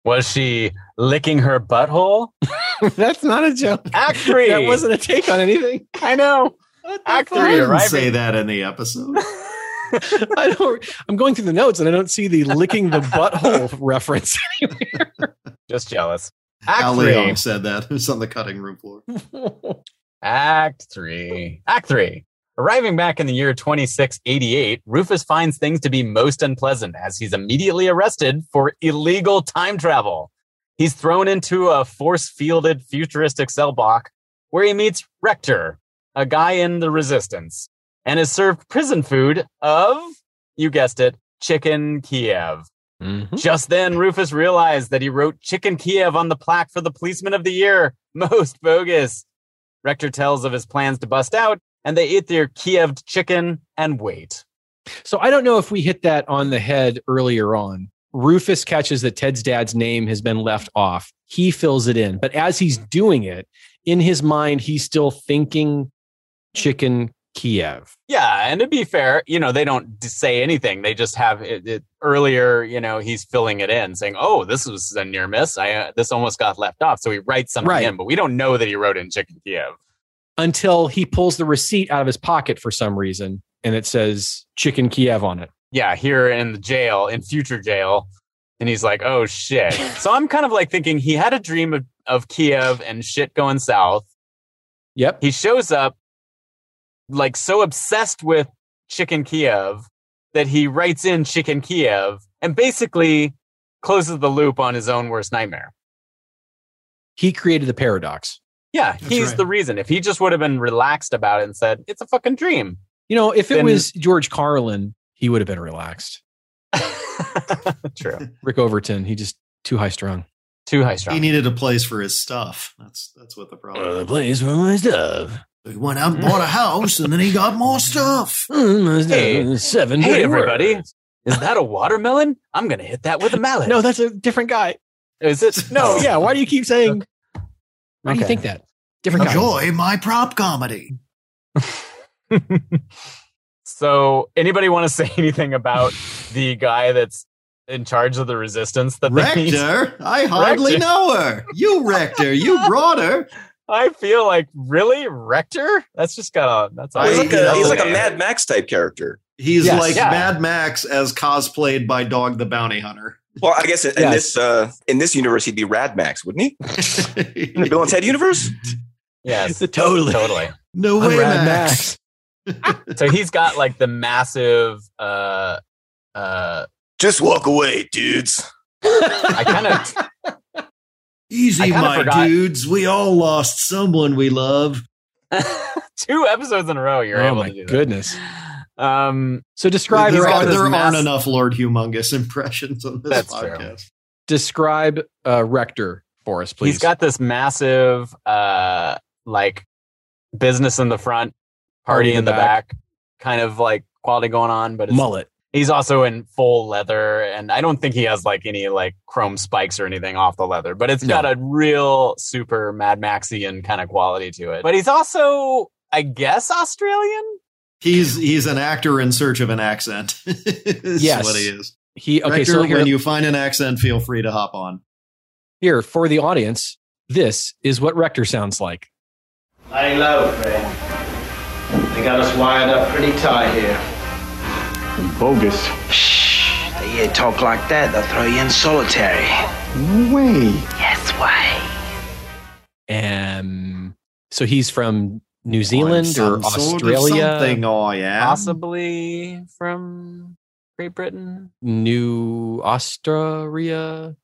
Was she licking her butthole? That's not a joke. Act three. That wasn't a take on anything. I know. Act I three didn't arriving. say that in the episode. I don't. I'm going through the notes and I don't see the licking the butthole reference. Just jealous. Act Al three. Leong said that. It was on the cutting room floor. Act three. Act three. Arriving back in the year 2688, Rufus finds things to be most unpleasant as he's immediately arrested for illegal time travel. He's thrown into a force fielded futuristic cell block where he meets Rector, a guy in the resistance, and is served prison food of, you guessed it, Chicken Kiev. Mm-hmm. Hmm? Mhm. Just then, Rufus realized that he wrote Chicken Kiev on the plaque for the policeman of the year. Most bogus. Rector tells of his plans to bust out, and they eat their Kiev chicken and wait. So I don't know if we hit that on the head earlier on. Rufus catches that Ted's dad's name has been left off. He fills it in. But as he's doing it, in his mind, he's still thinking chicken Kiev. Yeah, and to be fair, you know, they don't d- say anything. They just have it, it earlier, you know, he's filling it in saying, oh, this was a near miss. I, uh, this almost got left off. So he writes something Right. in, but we don't know that he wrote in Chicken Kiev. Until he pulls the receipt out of his pocket for some reason and it says chicken Kiev on it. yeah, here in the jail, in future jail. And he's like, oh shit. so I'm kind of like thinking he had a dream of, of Kiev and shit going south. Yep. He shows up like so obsessed with Chicken Kiev that he writes in Chicken Kiev and basically closes the loop on his own worst nightmare. He created the paradox. Yeah, That's he's right. the reason. If he just would have been relaxed about it and said, it's a fucking dream. You know, if it Then- was George Carlin, he would have been relaxed. True. Rick Overton, he just too high strung. Too high He strung. needed a place for his stuff. That's that's what the problem. is. place for my stuff. he went out and bought a house, and then he got more stuff. Hey. Mm, seven. hey, everybody. Is that a watermelon? I'm going to hit that with a mallet. No, that's a different guy. Is it? Oh. No, No, yeah. yeah. Why do you keep saying? Why do you Okay. Oh, think that? Different guy. my prop comedy. So, anybody want to say anything about the guy that's in charge of the resistance that they meet? Rector, I hardly Rector. know her. You, Rector, you brought her. I feel like really Rector. That's just got a. That's a- I- he's like a, he's like a Yeah. Mad Max type character. He's Yes. like Yeah. Mad Max as cosplayed by Dog the Bounty Hunter. Well, I guess in, in Yes. this uh, in this universe, he'd be Rad Max, wouldn't he? In the Bill and Ted universe, Yes, Totally. totally. no I'm way, Rad Max. So he's got like the massive. uh uh just walk away, dudes. I kind of I Easy, kinda my forgot. dudes. We all lost someone we love. two episodes in a row you're Oh able my to do goodness. that. Um So describe there He's got are, this there aren't mass- enough Lord Humongous impressions on this That's fair. podcast. describe uh, Rector for us, please. He's got this massive uh like business in the front, party, in the back. kind of like quality going on, but it's, mullet. he's also in full leather and I don't think he has like any like chrome spikes or anything off the leather, but it's No. got a real super Mad Maxian kind of quality to it. But he's also I guess Australian? He's he's an actor in search of an accent. Is Yes. what he is. He okay. Rector, so here, when you find an accent, feel free to hop on. here for the audience, this is what Rector sounds like. Lay low, friend. They got us wired up pretty tight here. Bogus. Shh. They hear talk like that, they'll throw you in solitary. Way. Yes, way. Um. So he's from New Zealand or I'm some sort of Australia, something, oh yeah. Possibly from Great Britain. New Australia,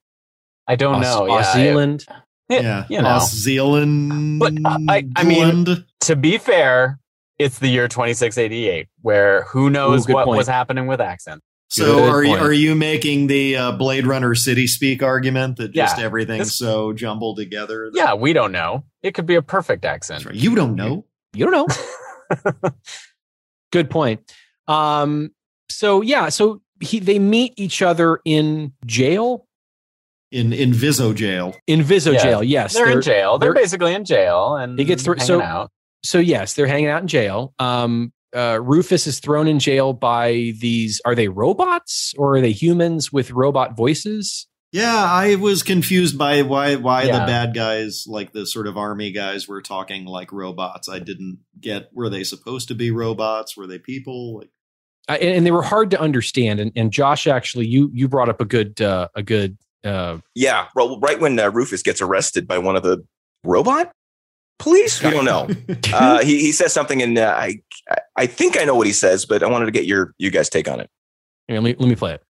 I don't Aus- Aus- know. Oh, yeah, Zealand. it- Yeah, you know. Aus Zealand. But I- I mean- to be fair, it's the year 2688, where who knows Ooh, good what point. was happening with accents. so Good are you, point. are you making the uh, Blade Runner city speak argument that just everything's This- so jumbled together? that- Yeah, we don't know. It could be a perfect That's accent. right. You don't know. You don't know. Good point. Um, so yeah, so he they meet each other in jail, in in Viso jail. in Viso Yeah. jail. Yes, They're, in jail. They're, they're- basically in jail, and He gets through- hanging so- out. so yes, they're hanging out in jail. Um, uh, Rufus is thrown in jail by these. Are they robots or are they humans with robot voices? Yeah, I was confused by why why the Yeah. bad guys, like the sort of army guys, were talking like robots. I didn't get were they supposed to be robots? Were they people? Like, Uh, and, and they were hard to understand. And, and Josh, actually, you you brought up a good uh, a good uh, Yeah, well, right when uh, Rufus gets arrested by one of the robot Police? We don't know. uh, he, he says something, and uh, I I think I know what he says, but I wanted to get your you guys take on it. Here, let me let me play it.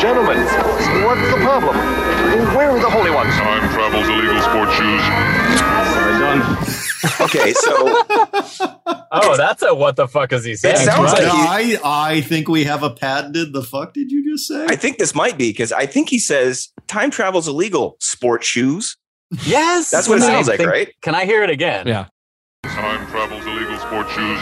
Gentlemen, what's the problem? Where are the holy ones? Time travels illegal sport shoes. Okay, so Oh, that's a what the fuck is he saying? sounds right? like- I I think we have a patented. The fuck did you just say? I think this might be because I think he says time travel's illegal. Sport shoes. yes. That's what it I sounds like, think- right? Can I hear it again? Yeah. Time travels illegal sport shoes.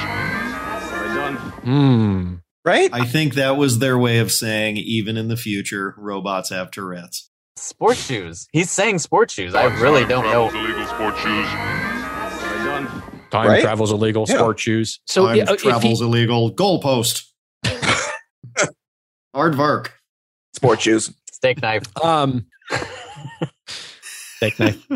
Hmm. Right? I think that was their way of saying even in the future, robots have Tourette's. Sport shoes. He's saying sport shoes. I really Time don't travels know. illegal sport shoes. Time Right? travel's illegal. Yeah. Sport shoes. So Time yeah, oh, if he- travel's illegal. Goalpost. Aardvark. Sport shoes. Steak knife. Um, steak knife.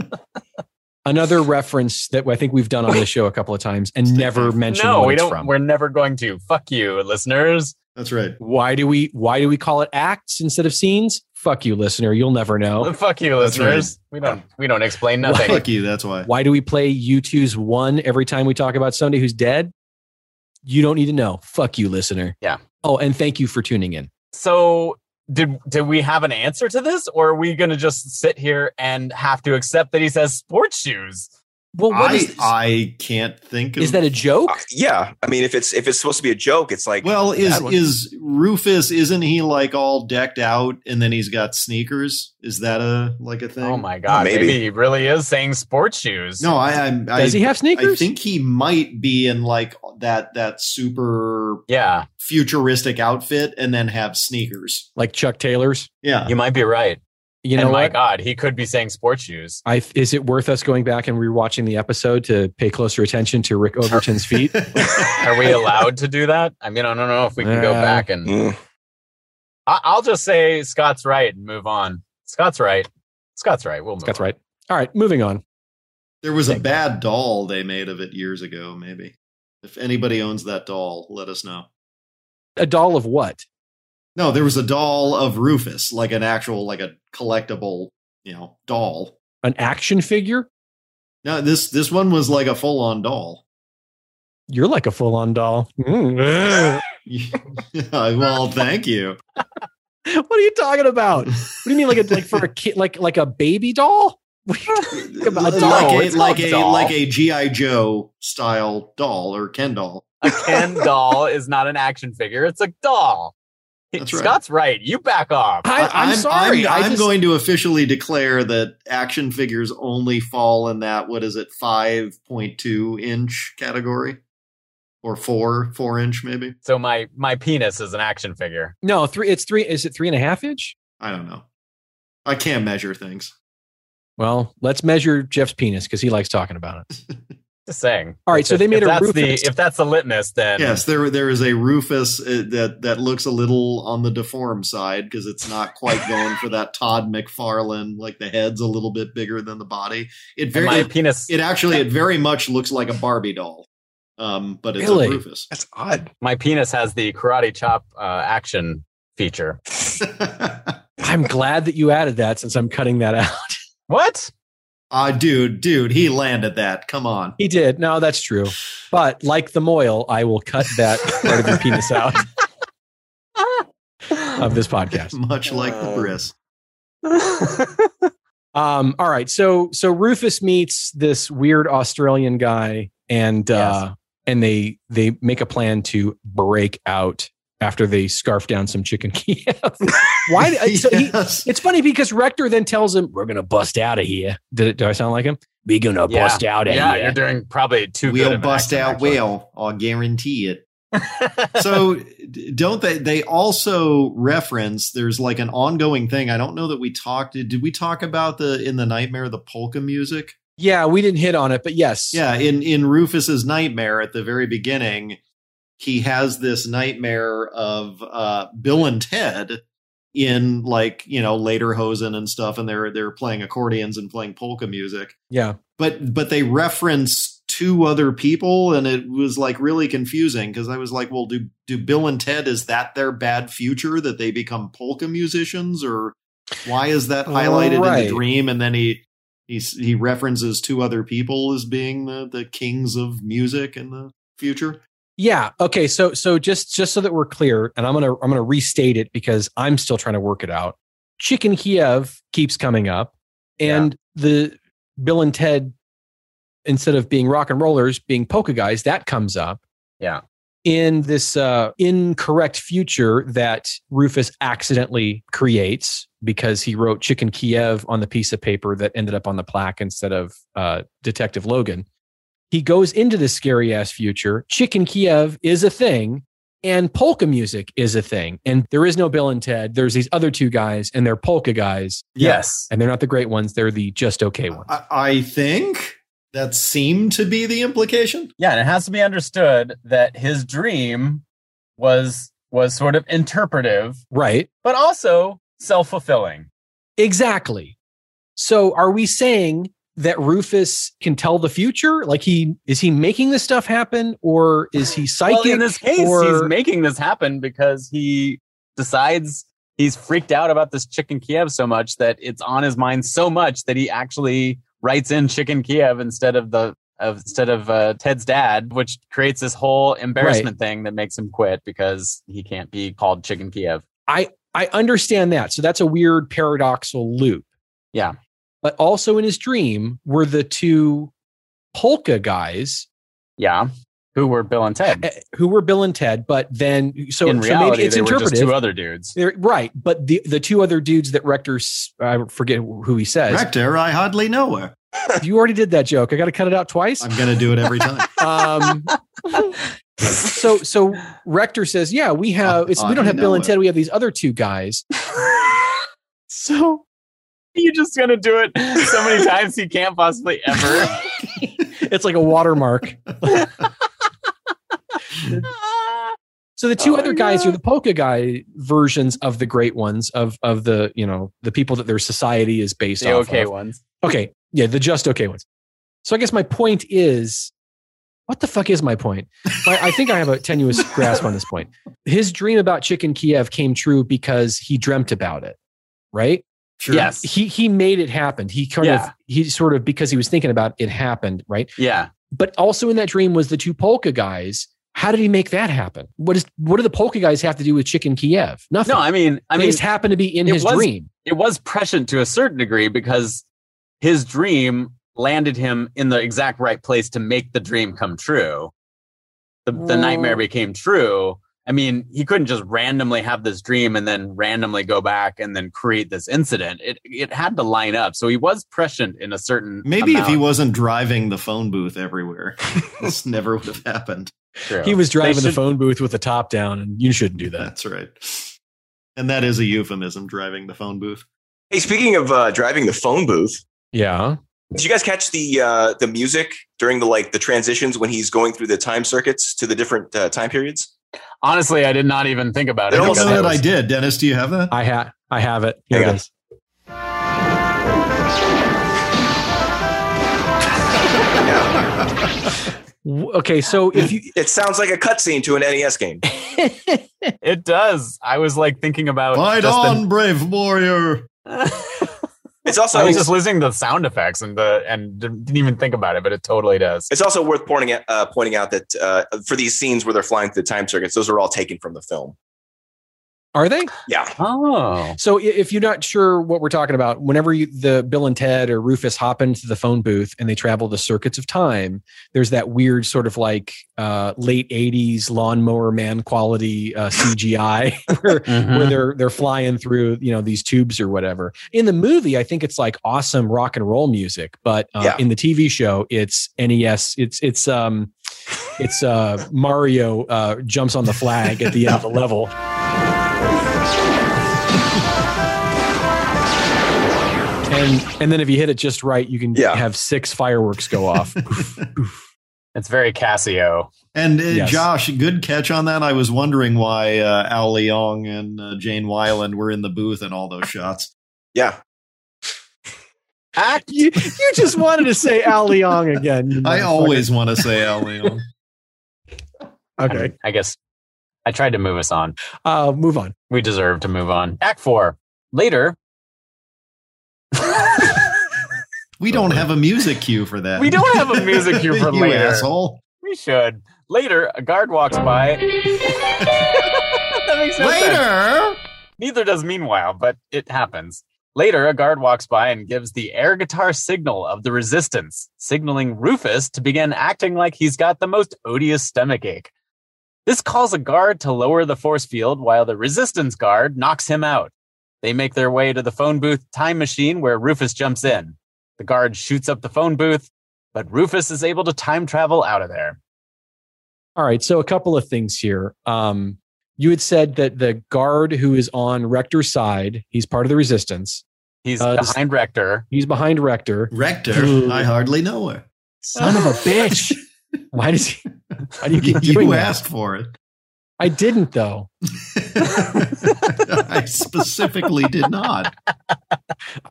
Another reference that I think we've done on this show a couple of times and never mentioned No, what we it's don't. from. We're never going to. Fuck you, listeners. That's right. Why do we why do we call it acts instead of scenes? Fuck you, listener. You'll never know. Fuck you, That's right. listeners. We don't. We don't explain nothing. Fuck you. That's why. Why do we play U2's one every time we talk about somebody who's dead? You don't need to know. Fuck you, listener. Yeah. Oh, and thank you for tuning in. So did did we have an answer to this, or are we going to just sit here and have to accept that he says sports shoes? Well, what I, is this? I can't think of is that a joke? Uh, yeah, I mean, if it's if it's supposed to be a joke, it's like well, is That one. is Rufus? Isn't he like all decked out, and then he's got sneakers? Is that a like a thing? Oh my god, Maybe. maybe. he really is saying sports shoes. No, I I, I, Does he have I sneakers? think he might be in like that that super Yeah, futuristic outfit, and then have sneakers. like Chuck Taylor's. Yeah, you might be right. You know and my what? god, he could be saying sports shoes. I, is it worth us going back and rewatching the episode to pay closer attention to Rick Overton's feet? Are we allowed to do that? I mean, I don't know if we can go Yeah. back and mm, I, I'll just say Scott's right and move on. Scott's right. Scott's right. We'll move. That's on. right. All right, moving on. there was a bad doll they made of it years ago. Maybe if anybody owns that doll, let us know. A doll of what? No, there was a doll of Rufus, like an actual like a collectible, you know, doll. An action figure? No, this this one was like a full on doll. You're like a full-on doll. Mm. well, thank you. what are you talking about? What do you mean, like a, like for a kid, like like a baby doll? Come on, like doll. a It's like not a doll. like a GI Joe style doll or Ken doll. A Ken doll is not an action figure. It's a doll. That's right. Scott's right. You back off. I, I'm, sorry. I'm, I just- going to officially declare that action figures only fall in that what is it, five point two inch category, or four four inch maybe. So my my penis is an action figure. no three. It's three. Is it three and a half inch? I don't know. I can't measure things. Well, let's measure Jeff's penis because he likes talking about it. Just saying. All right, If- so they if made a that's the Rufus. if that's the litmus, then Yes, there there is a Rufus uh, that that looks a little on the deformed side because it's not quite going for that Todd McFarlane. Like the head's a little bit bigger than the body. It and very my it, penis it actually it very much looks like a Barbie doll, um, but it's Really? a Rufus. that's odd. my penis has the karate chop uh, action feature. I'm glad that you added that since I'm cutting that out. What? Ah, dude, dude, he landed that. Come on. He did. No, that's true. But like the Moyle, I will cut that part of your penis out of this podcast. Much like the Briss. Um, all right, so so Rufus meets this weird Australian guy, and uh, and they they make a plan to break out after they scarf down some chicken Kiev. Why? uh, So he, Yes. it's funny because Rector then tells him, "We're gonna bust out of here." Did it, do I sound like him? We gonna Yeah. bust out of yeah, here. you're doing probably too good. we'll of an bust accent, out actually. well i'll guarantee it so d- don't they they also reference there's like an ongoing thing i don't know that we talked did we talk about the in the nightmare the polka music Yeah, we didn't hit on it, but yes. yeah in in rufus's nightmare at the very beginning he has this nightmare of uh bill and ted in like you know later hosen and stuff and they're they're playing accordions and playing polka music Yeah. but but they reference two other people and it was like really confusing because i was like well do do bill and ted is that their bad future that they become polka musicians or why is that highlighted in Right. the dream and then he He's, he references two other people as being the, the kings of music in the future. Yeah. Okay. So so just just so that we're clear, and I'm gonna I'm gonna restate it because I'm still trying to work it out. Chicken Kiev keeps coming up, and the Bill and Ted, instead of being rock and rollers, being polka guys, that comes up. Yeah. In this uh, incorrect future that Rufus accidentally creates because he wrote Chicken Kiev on the piece of paper that ended up on the plaque instead of uh, Detective Logan he goes into this scary ass future. Chicken Kiev is a thing, and polka music is a thing. And there is no Bill and Ted. There's these other two guys, and they're polka guys. Yes. And they're not the great ones, they're the just okay ones. I, I think that seemed to be the implication. Yeah, and it has to be understood that his dream was was sort of interpretive, Right. but also self-fulfilling. Exactly. So are we saying that Rufus can tell the future? Like he is he making this stuff happen or is he psychic? Well, in this case, or- he's making this happen because he decides he's freaked out about this chicken Kiev so much that it's on his mind so much that he actually writes in chicken Kiev instead of the of instead of uh, Ted's dad, which creates this whole embarrassment thing that makes him quit because he can't be called chicken Kiev. I understand that. So that's a weird paradoxal loop. Yeah. But also in his dream were the two polka guys Yeah, who were Bill and Ted. eh, who were Bill and Ted, but then so, in so reality, maybe it's they were just interpretive. two other dudes. They're- right, but the the two other dudes that Rector s- I forget who he says. Rector, I hardly know her. You already did that joke. I got to cut it out twice. I'm going to do it every time. Um, so so Rector says, "Yeah, we have it's we don't Oh, I have Bill know and it. Ted, we have these other two guys." so You're just gonna do it so many times you can't possibly ever. it's like a watermark. So the two Oh, other guys yeah. are the polka guy versions of the great ones of of the you know the people that their society is based the off okay of. ones. Okay, yeah, the just okay ones. So I guess my point is, what the fuck is my point? My, I think I have a tenuous grasp on this point. His dream about chicken Kiev came true because he dreamt about it, right? Sure. Yes. He he made it happen. He kind of Yeah. he sort of because he was thinking about it, it happened, right? Yeah. but also in that dream was the two polka guys. How did he make that happen? What is what do the polka guys have to do with Chicken Kiev? Nothing. No, I mean, I They mean, just happened to be in it his was- dream. it was prescient to a certain degree because his dream landed him in the exact right place to make the dream come true. The, the nightmare became true. I mean, he couldn't just randomly have this dream and then randomly go back and then create this incident. It it had to line up. So he was prescient in a certain Maybe if he amount. wasn't driving the phone booth everywhere, this never would have happened. True. He was driving the should- phone booth with the top down, and you shouldn't do that. That's right. And that is a euphemism, driving the phone booth. Hey, speaking of uh, driving the phone booth, Yeah. did you guys catch the uh, the music during the like the transitions when he's going through the time circuits to the different uh, time periods? Honestly, I did not even think about I it. They don't also because know that was- I did. Dennis, do you have that? I ha I have it. Here Hang it on. is. Yeah. W- Okay, so if you It sounds like a cutscene to an NES game. It does. I was like thinking about Fight just the- on, brave warrior. It's also I was just listening to the sound effects and the and didn't even think about it, but it totally does. It's also worth pointing out, uh, pointing out that uh, for these scenes where they're flying through the time circuits, those are all taken from the film. are they? Yeah, Oh, So i- if you're not sure what we're talking about, whenever you, the Bill and Ted or Rufus hop into the phone booth and they travel the circuits of time, there's that weird sort of like uh, late '80s lawnmower man quality uh, CGI where, where they're they're flying through you know these tubes or whatever. In the movie, I think it's like awesome rock and roll music, but uh, Yeah. in the TV show, it's NES. It's it's um it's uh Mario uh, jumps on the flag at the end of the level. And and then if you hit it just right, you can Yeah. have six fireworks go off. it's very Casio. And uh, Yes. Josh, good catch on that. I was wondering why uh, Al Leong and uh, Jane Wyland were in the booth in all those shots. yeah. Act. Ah, you, you just wanted to say Al Leong again. you I motherfucker. always want to say Al Leong. okay. I guess I tried to move us on. Uh, move on. We deserve to move on. Act four later. We don't have a music cue for that. We don't have a music cue for you later. asshole. We should. Later, a guard walks by. that makes no sense. Later. Neither does meanwhile, but it happens. Later, a guard walks by and gives the air guitar signal of the resistance, signaling Rufus to begin acting like he's got the most odious stomach ache. This calls a guard to lower the force field while the resistance guard knocks him out. They make their way to the phone booth time machine where Rufus jumps in. The guard shoots up the phone booth, but Rufus is able to time travel out of there. All right. So a couple of things here. Um, you had said that the guard who is on Rector's side, he's part of the resistance. He's Uh, does- behind Rector. He's behind Rector. Rector, I hardly know her. Son of a bitch. Why does he? Why do you keep doing You that? asked for it. I didn't though. I specifically did not.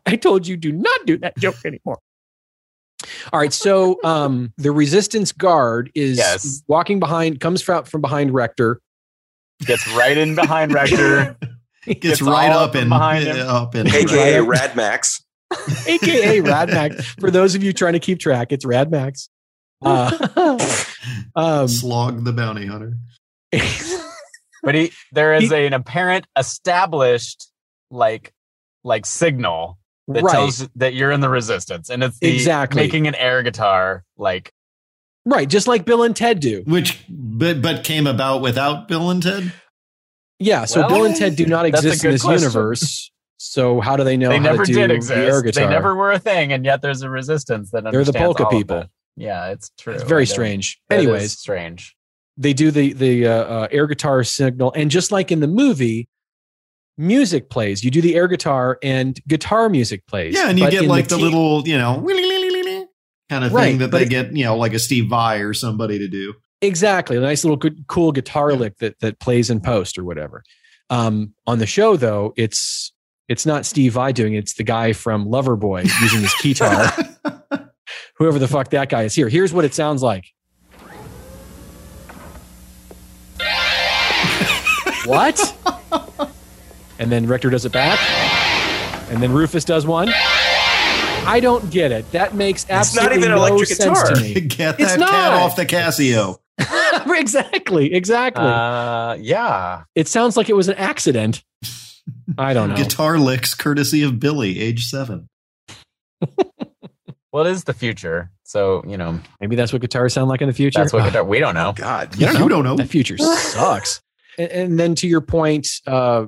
I told you do not do that joke anymore. All right, so um, the resistance guard is Yes. walking behind, comes from from behind Rector. Gets right in behind Rector. Gets, right all up and behind him. up and AKA Rad Max. aka Radmax. For those of you trying to keep track, it's Radmax. Uh, um, slog the bounty hunter. But he, there is an apparent established like like signal that right, tells that you're in the resistance, and it's the Exactly. making an air guitar like right, just like Bill and Ted do. Which but but came about without Bill and Ted? Yeah, so Well, Bill and Ted do not that's a exist in good this question. universe. So how do they know they how never to do did the air exist. They guitar? never were a thing, and yet there's a resistance that They're the understands polka all of people. it. Yeah, it's true. It's very It is- strange. it is Anyways, strange. they do the the uh, uh, air guitar signal, and just like in the movie, music plays. You do the air guitar, and guitar music plays. Yeah, and you But get in like the, te- little, you know, kind of thing Right, that but they it- get, you know, like a Steve Vai or somebody to do. exactly a nice little good cool guitar lick that that plays in post or whatever. Um, on the show though, it's it's not Steve Vai doing it. It's the guy from Loverboy using his guitar. Whoever the fuck that guy is here. Here's what it sounds like. what? And then Rector does it back. And then Rufus does one. I don't get it. That makes It's not absolutely even an no electric sense guitar. to me. Get It's that not. cat off the Casio. exactly. Exactly. Uh, yeah. It sounds like it was an accident. I don't know. Guitar licks courtesy of Billy, age seven. Well, it is the future, so you know Maybe that's what guitars sound like in the future. that's what guitar. We don't know. God. You don't know. That future sucks. and, and then to your point, uh,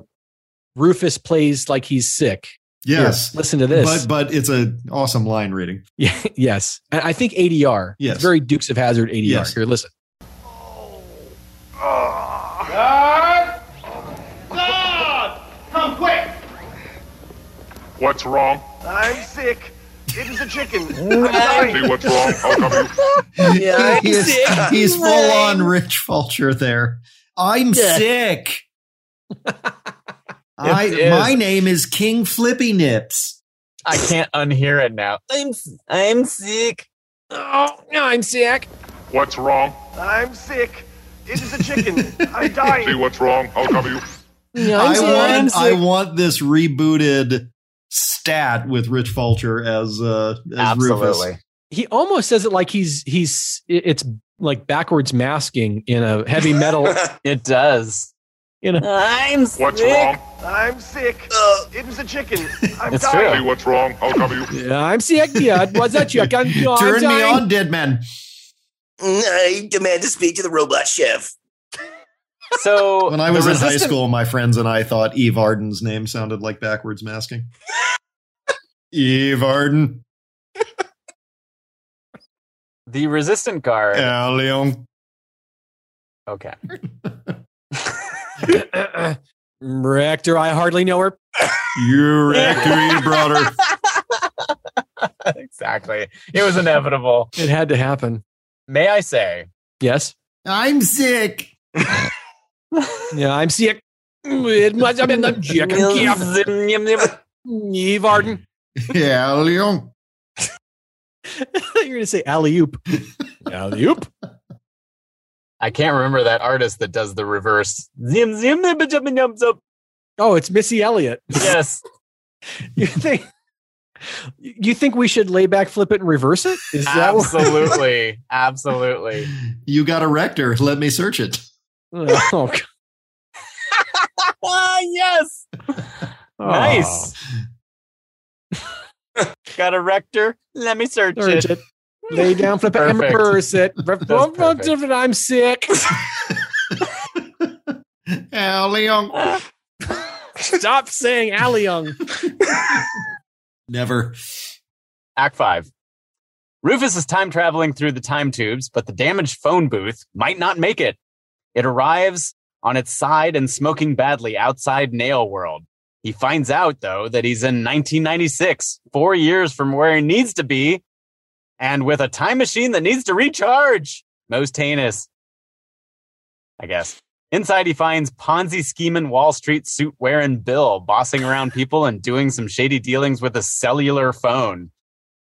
Rufus plays like he's sick. Here, Yes. listen to this. But but it's an awesome line reading. Yeah, yes. And I think ADR. Yes. It's very Dukes of Hazard ADR. Yes. Here, listen. God! God! Come quick! What's wrong? I'm sick. It is a chicken. I'm sorry. See what's wrong? I'll come you. Yeah, he's, he's full on Rich Fulcher there. I'm sick. I, It is. my name is King Flippy Nips. I can't unhear it now. I'm I'm sick. Oh, no, I'm sick. What's wrong? I'm sick. It is a chicken. I'm See dying. what's wrong? I'll come you. No, I I'm want sick. I want this rebooted stat with Rich Fulcher as uh as Rufus. Absolutely. he almost says it like he's he's it's like backwards masking in a heavy metal It does. You know. I'm What's wrong? I'm sick. It is a chicken. I'm Uh. It's dying. See what's wrong? I'll come you. Yeah, I'm sick. Yeah, what's that? You can't no, I'm Turn me dying. on, dead man. Mm, I demand to speak to the robot chef. So When I the was in high resistance- school, my friends and I thought Eve Arden's name sounded like backwards masking. Eve Arden, the resistant guard. Al Leon. Okay. Rector, I hardly know her. You're actually brought her. exactly. It was inevitable. It had to happen. May I say? Yes. I'm sick. Yeah, I'm sick. It must have been the chicken. Yeah. Eve Arden. Yeah, Leon. You're gonna say alley oop. alley oop. I can't remember that artist that does the reverse. Zim zim zim, zim, zim, zim, zim. Oh, it's Missy Elliott. Yes. You think You think we should lay back, flip it, and reverse it? Is that what- absolutely, absolutely. You got a rector. Let me search it. oh, God. Ah, yes. Nice. Got a rector. Let me search Search it. it. Lay down, flip it, and Perfect. reverse it. Re- perfect. I'm sick. Yeah, Leon. Stop saying Alliung. Never. Act five. Rufus is time traveling through the time tubes, but the damaged phone booth might not make it. It arrives on its side and smoking badly outside Nail World. He finds out, though, that he's in 1996, four years from where he needs to be, and with a time machine that needs to recharge. Most heinous, I guess. Inside, he finds Ponzi scheming Wall Street suit wearing Bill bossing around people and doing some shady dealings with a cellular phone.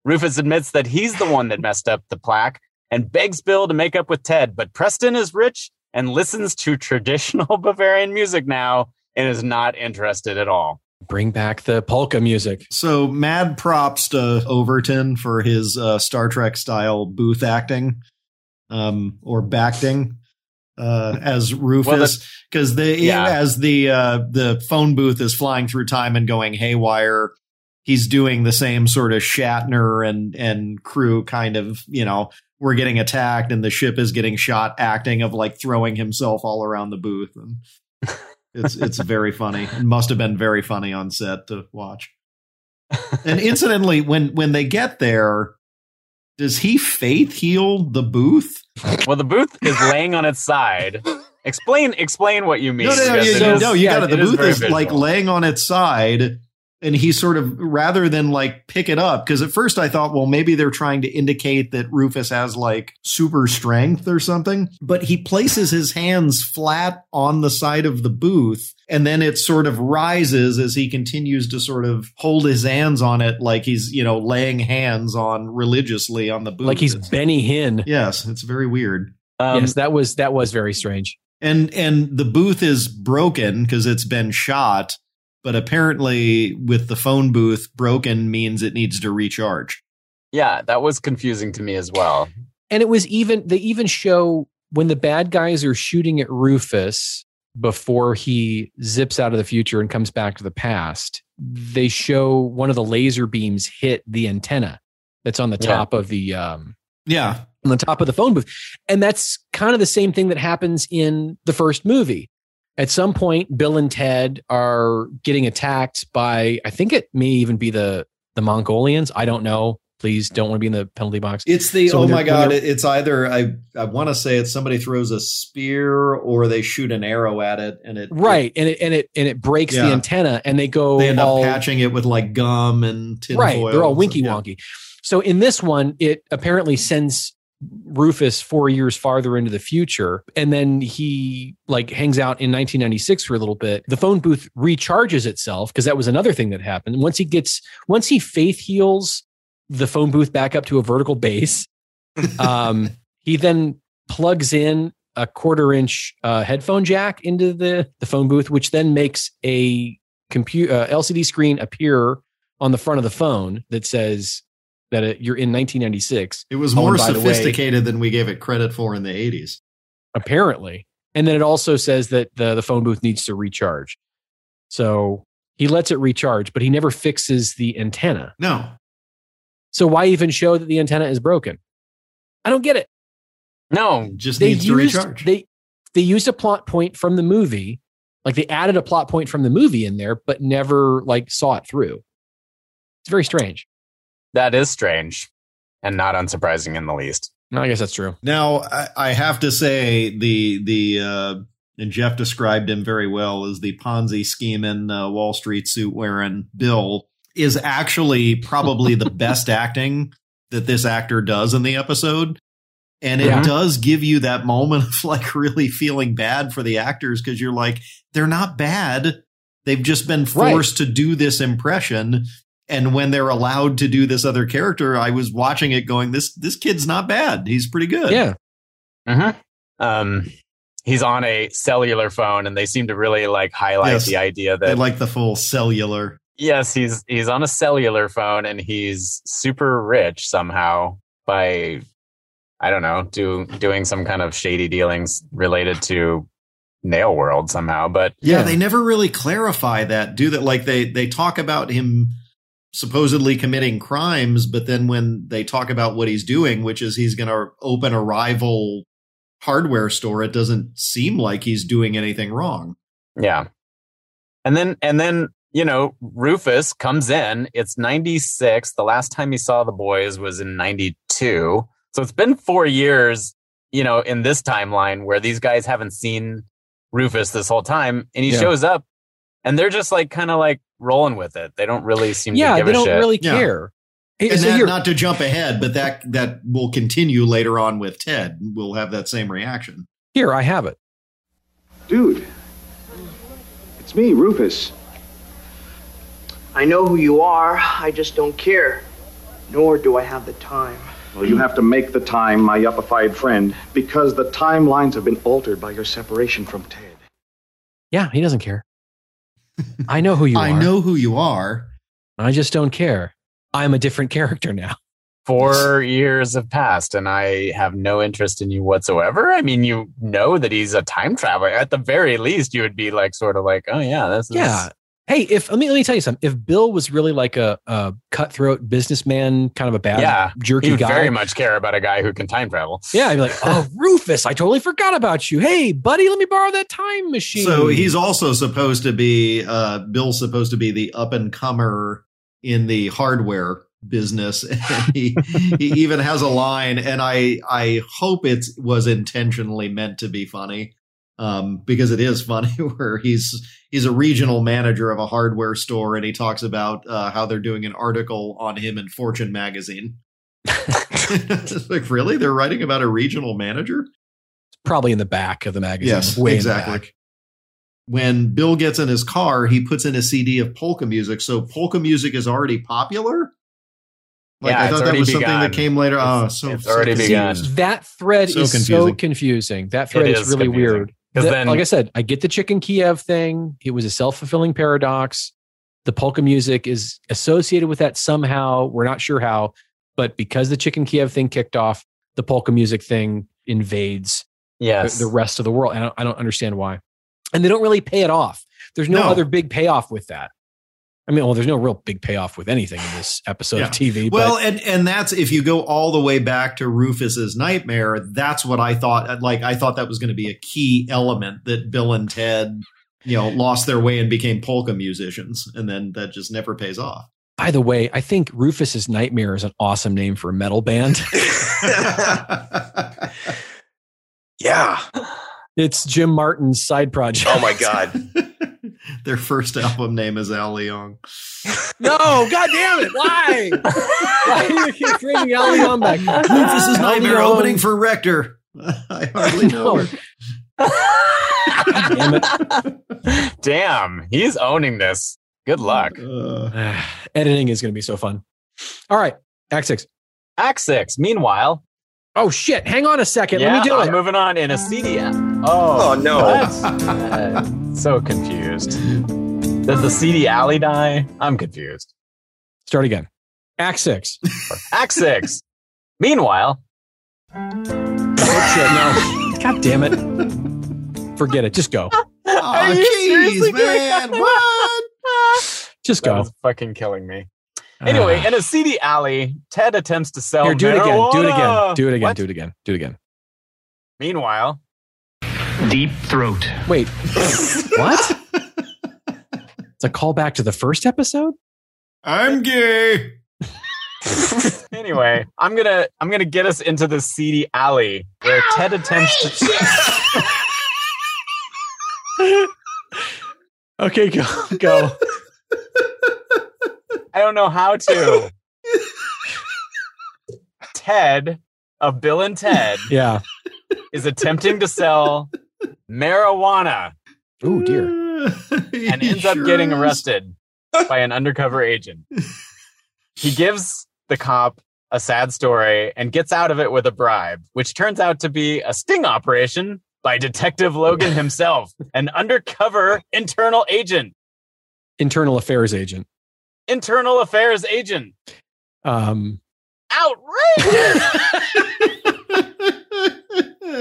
Rufus admits that he's the one that messed up the plaque and begs Bill to make up with Ted, but Preston is rich and listens to traditional Bavarian music now and is not interested at all. Bring back the polka music. So mad props to Overton for his uh, Star Trek style booth acting um, or backting uh, as Rufus because the Yeah. as the uh, the phone booth is flying through time and going haywire. He's doing the same sort of Shatner and and crew kind of you know we're getting attacked and the ship is getting shot acting of like throwing himself all around the booth and it's it's very funny and must have been very funny on set to watch. and incidentally, when when they get there, does he faith heal the booth? Well, the booth is laying on its side. Explain, explain what you mean. no, no, no, because you, it no, is- no, you yeah, got it. The it booth very is like visual. laying on its side, and he sort of rather than like pick it up because at first I thought, well, maybe they're trying to indicate that Rufus has like super strength or something, but he places his hands flat on the side of the booth, and then it sort of rises as he continues to sort of hold his hands on it, like he's you know laying hands on religiously on the booth, Like he's It's- Benny Hinn. yes, it's very weird Um, yes, that was that was very strange. and and the booth is broken because it's been shot but apparently with the phone booth broken means it needs to recharge Yeah, that was confusing to me as well. And it was even they even show when the bad guys are shooting at Rufus before he zips out of the future and comes back to the past. They show one of the laser beams hit the antenna that's on the Yeah. top of the um, yeah on the top of the phone booth. And that's kind of the same thing that happens in the first movie. At some point, Bill and Ted are getting attacked by, I think it may even be the the Mongolians. I don't know. Please don't want to be in the penalty box. it's the So oh when my they're- when god they're- it's either i i want to say it's somebody throws a spear or they shoot an arrow at it and it Right. And it and it and it breaks the Yeah. antenna and they go they end up all patching it with like gum and tin right. foil They're all and winky stuff. wonky. So in this one, it apparently sends Rufus four years farther into the future, and then he like hangs out in 1996 for a little bit. The phone booth recharges itself because that was another thing that happened. Once he gets, once he faith heals the phone booth back up to a vertical base, um, he then plugs in a quarter inch uh, headphone jack into the the phone booth, which then makes a computer uh, LCD screen appear on the front of the phone that says that it, you're in 1996, it was Oh, and more by the way- sophisticated than we gave it credit for in the 80s apparently. And then it also says that the, the phone booth needs to recharge. So he lets it recharge, but he never fixes the antenna. no So why even show that the antenna is broken? I don't get it. No, just They needs used, to recharge They, they used a plot point from the movie. Like they added a plot point from the movie in there, but never like saw it through. It's very strange. that is strange and not unsurprising in the least. No, I guess that's true. Now I, I have to say the the uh, and Jeff described him very well as the Ponzi scheming uh, Wall Street suit wearing Bill is actually probably the best acting that this actor does in the episode. And it Yeah. does give you that moment of like really feeling bad for the actors because you're like, they're not bad. They've just been Right. forced to do this impression. And when they're allowed to do this other character, I was watching it going, this this kid's not bad. He's pretty good. Yeah. Mm-hmm. Um, he's on a cellular phone, and they seem to really like highlight Yes. the idea They that like the full cellular. yes, he's he's on a cellular phone and he's super rich somehow by I don't know, do doing some kind of shady dealings related to Nail World somehow, but Yeah, they never really clarify that, do that? Like they they talk about him supposedly committing crimes, but then when they talk about what he's doing, which is he's going to open a rival hardware store, it doesn't seem like he's doing anything wrong. Yeah. And then and then, you know, Rufus comes in. It's 96. The last time he saw the boys was in 92. So it's been 4 years, you know, in this timeline where these guys haven't seen Rufus this whole time and he Yeah. shows up and they're just like kind of like rolling with it. They don't really seem yeah, to give they a don't shit. really Yeah. care. Hey, And so that- here- not to jump ahead, but that that will continue later on with Ted. We'll have that same reaction. here, I have it. Dude, it's me, Rufus. I know who you are, I just don't care. Nor do I have the time. Well, you have to make the time, my yuppified friend, because the timelines have been altered by your separation from Ted. Yeah, he doesn't care. I know who you I are. know who you are. I just don't care. I'm a different character now. 4 years have passed and I have no interest in you whatsoever. I mean, you know that he's a time traveler. At the very least, you would be like sort of like, "Oh yeah, this is Yeah. Hey, if let me let me tell you something. If Bill was really like a, a cutthroat businessman, kind of a bad Yeah, jerky you guy, very much care about a guy who can time travel. yeah, I'd be like, oh, Rufus, I totally forgot about you. Hey, buddy, let me borrow that time machine. So he's also supposed to be uh, Bill's supposed to be the up and comer in the hardware business. And he he even has a line, and I I hope it was intentionally meant to be funny um, because it is funny where he's he's a regional manager of a hardware store, and he talks about uh, how they're doing an article on him in Fortune magazine. It's like really, they're writing about a regional manager? probably in the back of the magazine. Yes, way in the exactly. back. When Bill gets in his car, he puts in a CD of polka music. So polka music is already popular. Like Yeah, I it's thought that already was something begun. that came later. oh, It's- so it's already so begun. confused. That thread So is so confusing. confusing. That thread It is, is really confusing. weird. 'Cause The- then- like I said, I get the chicken Kiev thing. It was a self fulfilling paradox. The polka music is associated with that somehow. We're not sure how, but because the chicken Kiev thing kicked off, the polka music thing invades the- Yes. the, rest of the world. And I don't, I don't understand why. And they don't really pay it off. There's no, No. other big payoff with that. I mean, well, there's no real big payoff with anything in this episode Yeah. of TV. Well, but and and that's if you go all the way back to Rufus's nightmare. That's what I thought. Like I thought that was going to be a key element that Bill and Ted, you know, lost their way and became polka musicians, and then that just never pays off. by the way, I think Rufus's Nightmare is an awesome name for a metal band. yeah. It's Jim Martin's side project. Oh my god. Their first album name is Al Leong. no, god damn it. Why? Why do you keep bringing Ali on back? Rufus is Al nightmare Leong. opening for Rector. I hardly know. No. her. Damn it. Damn, he's owning this. Good luck. Uh, Editing is going to be so fun. All right, Act 6. Act six. Meanwhile, Oh shit, hang on a second. yeah, Let me do I'm it. moving on in a CDM. Oh, Oh no. what? Uh, so confused. Did the CD alley die? I'm confused. Start again. Act 6. Act six. Meanwhile, Oh shit, no. God damn it. Forget it. Just go. Aw, you jeez, seriously doing that? man. What? Just that go. was fucking killing me. Anyway, in a CD alley, Ted attempts to sell Ah. here, do it again. Do it again. marijuana. Do it again. What? Do it again. Do it again. Meanwhile, Deep throat. Wait. what? It's a callback to the first episode? I'm gay. anyway, I'm gonna I'm gonna get us into the seedy alley where Ted attempts to Okay, go. Go. I don't know how to. Ted of Bill and Ted Yeah. is attempting to sell marijuana Oh dear. and ends up getting arrested by an undercover agent. He gives the cop a sad story and gets out of it with a bribe, which turns out to be a sting operation by Detective Logan himself, an undercover internal agent. Internal affairs agent. internal affairs agent. Um, Outrageous.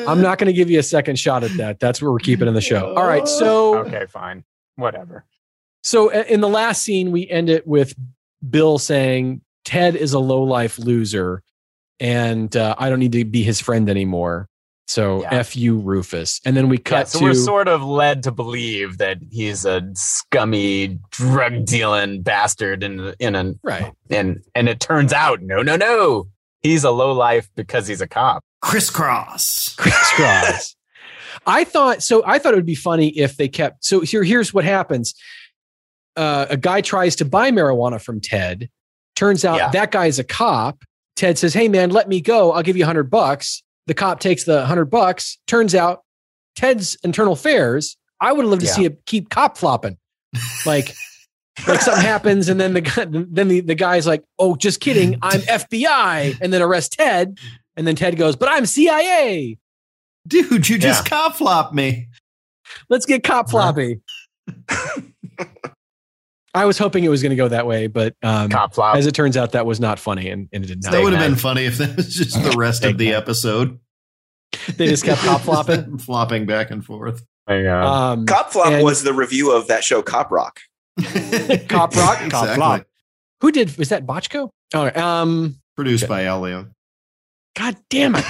I'm not going to give you a second shot at that. That's what we're keeping in the show. All right. So, okay, fine, whatever. so i- in the last scene, we end it with Bill saying, Ted is a low life loser and uh, I don't need to be his friend anymore. So, Yeah. F you, Rufus. And then we Yeah, cut so to. we're sort of led to believe that he's a scummy drug dealing bastard in in an right. and and it turns out no no no he's a low life because he's a cop. crisscross. crisscross. I thought so. I thought it would be funny if they kept. So here, here's what happens: uh, a guy tries to buy marijuana from Ted. Turns out Yeah. that guy's a cop. Ted says, "Hey man, let me go. I'll give you a hundred bucks." The cop takes the hundred bucks. Turns out Ted's internal affairs. I would love to Yeah. see it keep cop flopping, like. like something happens, and then the guy, then the, the guy's like, "Oh, just kidding! I'm FBI," and then arrest Ted, and then Ted goes, "But I'm CIA." Dude, you just cop flop me. Let's get cop floppy. I was hoping it was going to go that way, but um, Cop flop. as it turns out, that was not funny, and, and it did that not. would have been funny if that was just the rest of the episode. They just kept cop flopping. flopping back and forth. Hang on. Um, Cop Flop And- was the review of that show, Cop Rock. Cop rock, cop flop. who did? Was that Botchko? Oh, um, Produced by Elio. God damn it!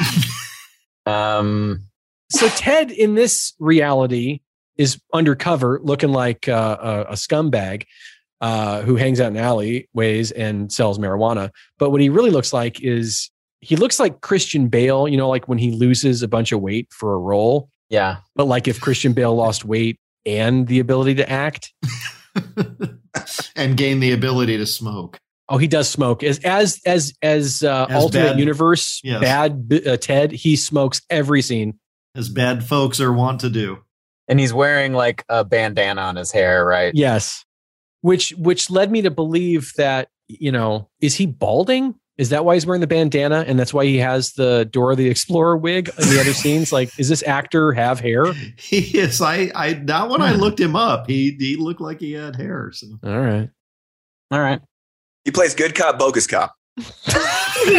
um, So Ted in this reality is undercover, looking like uh, a, a scumbag uh, who hangs out in alleyways and sells marijuana. But what he really looks like is he looks like Christian Bale. You know, like when he loses a bunch of weight for a role. yeah. But like if Christian Bale lost weight and the ability to act, and gain the ability to smoke. oh, he does smoke. As as as as, uh, As alternate bad- universe, yes. bad B- uh, Ted, he smokes every scene. as bad folks are wont to do. And he's wearing like a bandana on his hair, right? Yes, which which led me to believe that you know is he balding? Is that why he's wearing the bandana and that's why he has the Dora the Explorer wig in the other scenes? Like, is this actor have hair? All He is. I. I. Not when I looked him up. He. He looked like he had hair. So. right, All right. He plays good cop, bogus cop.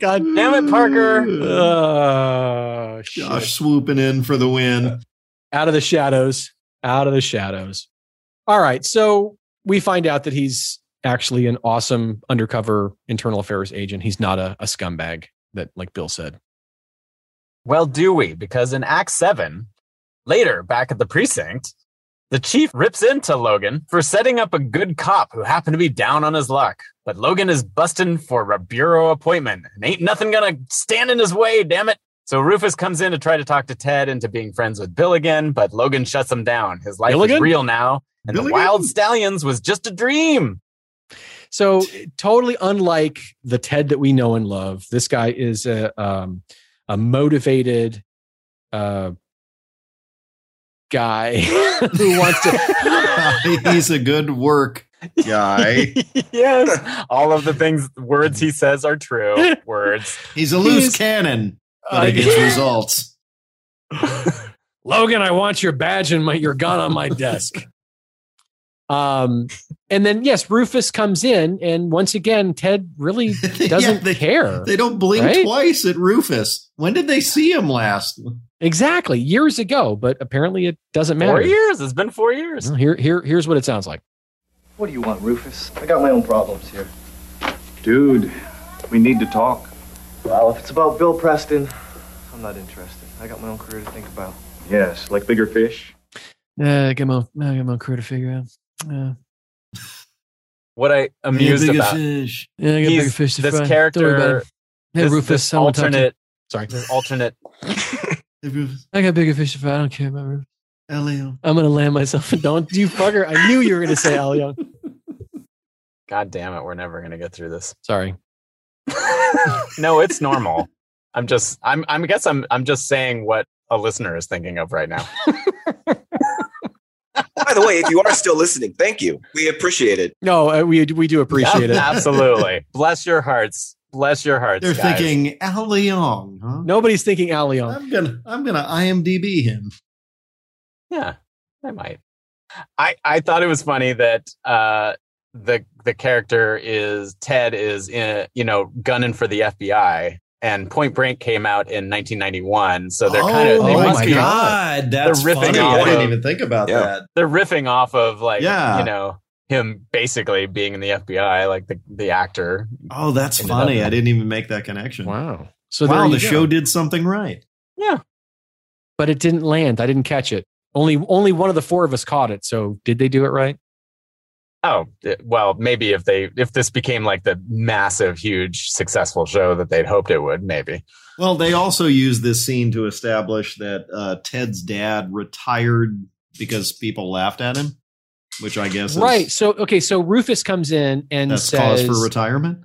God Damn it, Parker. Uh, shit. Josh swooping in for the win. out of the shadows, out of the shadows. All right, so we find out that he's actually an awesome undercover internal affairs agent. He's not a, a scumbag that, like Bill said. Well, do we? Because in Act 7, later back at the precinct, the chief rips into Logan for setting up a good cop who happened to be down on his luck. But Logan is busting for a bureau appointment and ain't nothing gonna stand in his way, damn it. So Rufus comes in to try to talk to Ted into being friends with Bill again, but Logan shuts him down. His life Billigan? is real now, and the Billigan? Wild Stallions was just a dream. So totally unlike the Ted that we know and love, this guy is a um, a motivated uh, guy who wants to. He's a good work guy. yes, all of the things, words he says are true. Words. He's a loose He's- cannon, but he Uh, gets results. Logan, I want your badge and my, your gun on my desk. Um, and then yes, Rufus comes in, and once again, Ted really doesn't Yeah, they, care. they don't blink Right? twice at Rufus. When did they see him last? exactly years ago, but apparently it doesn't Four matter. years. It's been four years. Well, Here, here, here's what it sounds like. What do you want, Rufus? I got my own problems here. Dude, we need to talk. Well, if it's about Bill Preston, I'm not interested. I got my own career to think about. Yes, like bigger fish. Uh, get my, get my crew to figure out. Uh, what I amused Big a about fish. yeah, I he's, this character, Hey, this, Rufus, this I wanna talk to you. alternate, Sorry. this alternate. I got bigger fish to fry. I don't care about Rufus. Elio. I'm going to land myself. Don't you fucker. I knew you were going to say Al Young. God damn it, we're never gonna get through this. Sorry. No, it's normal. I'm just, I'm, I'm I guess I'm, I'm just saying what a listener is thinking of right now. By the way, if you are still listening, thank you. We appreciate it. No, uh, we, we do appreciate it. Absolutely. Bless your hearts. Bless your hearts. They're guys. thinking Al Leong, huh? Nobody's thinking Al Young. I'm gonna I'm gonna IMDb him. yeah. I might. I I thought it was funny that uh the the character is Ted is in you know gunning for the FBI and Point Break came out in 1991 so they're kind of they oh must my be god, that's they're riffing funny. off I didn't of- even think about Yeah. that. they're riffing off of like Yeah. you know him basically being in the FBI like the the actor Oh, that's Ended funny. up- I didn't even make that connection. Wow. So wow, there you the go. show did something right. but it didn't land. I didn't catch it. Only only one of the four of us caught it. So did they do it right? Oh, it- well, maybe if they if this became like the massive huge successful show that they'd hoped it would, maybe. Well, they also used this scene to establish that uh, Ted's dad retired because people laughed at him, which I guess is Right. So okay. So Rufus comes in and that's says, cause for retirement.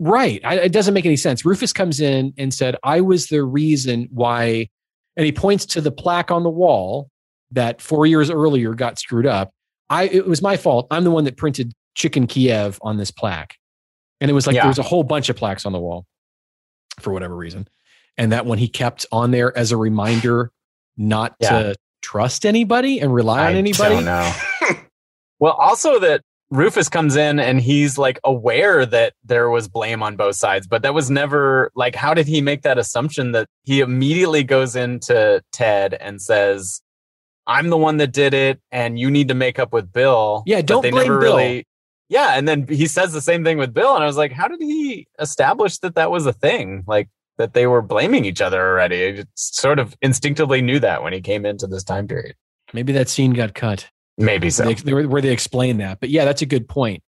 Right. I, it doesn't make any sense. Rufus comes in and said, I was the reason why. And he points to the plaque on the wall that four years earlier got screwed up. I, it was my fault. I'm the one that printed Chicken Kiev on this plaque. And it was like Yeah. there was a whole bunch of plaques on the wall for whatever reason. And that one he kept on there as a reminder not Yeah. to trust anybody and rely on I anybody. don't know. well, also that Rufus comes in and he's like aware that there was blame on both sides, but that was never like how did he make that assumption that he immediately goes into Ted and says, "I'm the one that did it, and you need to make up with Bill." Yeah, but don't they blame never Bill. really- yeah, and then he says the same thing with Bill, and I was like, how did he establish that that was a thing? Like that they were blaming each other already. I just sort of instinctively knew that when he came into this time period. Maybe that scene got cut. Maybe so. they, they were- where they explain that. But yeah, that's a good point.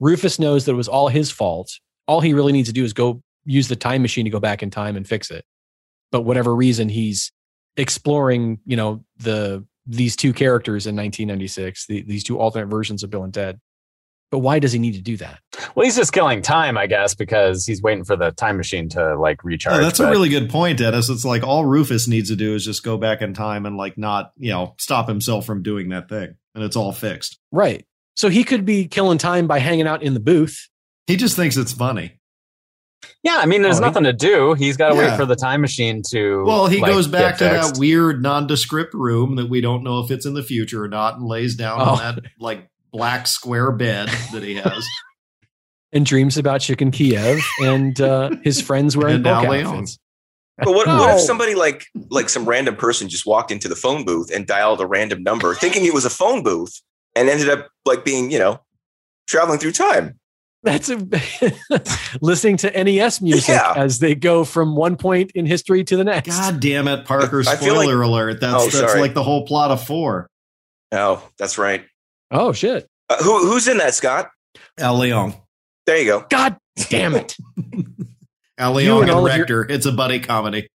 Rufus knows that it was all his fault. All he really needs to do is go use the time machine to go back in time and fix it. But whatever reason, he's exploring, you know, the these two characters in 1996, the, these two alternate versions of Bill and Ted. But why does he need to do that? Well, he's just killing time, I guess, because he's waiting for the time machine to like recharge. Yeah, Oh, that's a but- really good point, Dennis. It's like all Rufus needs to do is just go back in time and like not, you know, stop himself from doing that thing, and it's all fixed. Right. So he could be killing time by hanging out in the booth. He just thinks it's funny. yeah. I mean, there's Oh, he- nothing to do. He's got to Yeah. wait for the time machine to. Well, he like, goes get back to fixed. that weird nondescript room that we don't know if it's in the future or not, and lays down Oh. on that like black square bed that he has. And dreams about Chicken Kiev and uh, his friends wearing And bulk Al Leon. outfits. But what, what No. if somebody like like some random person just walked into the phone booth and dialed a random number, thinking it was a phone booth, and ended up like being you know traveling through time? That's a, listening to NES music Yeah. as they go from one point in history to the next. God damn it, Parker! I feel like- Spoiler alert! That's Oh, that's sorry. like the whole plot of four. Oh, that's right. Oh shit! Uh, who who's in that, Scott? El Leon, There you go. God damn it! El You Leon and and all of your- Rector. It's a buddy comedy.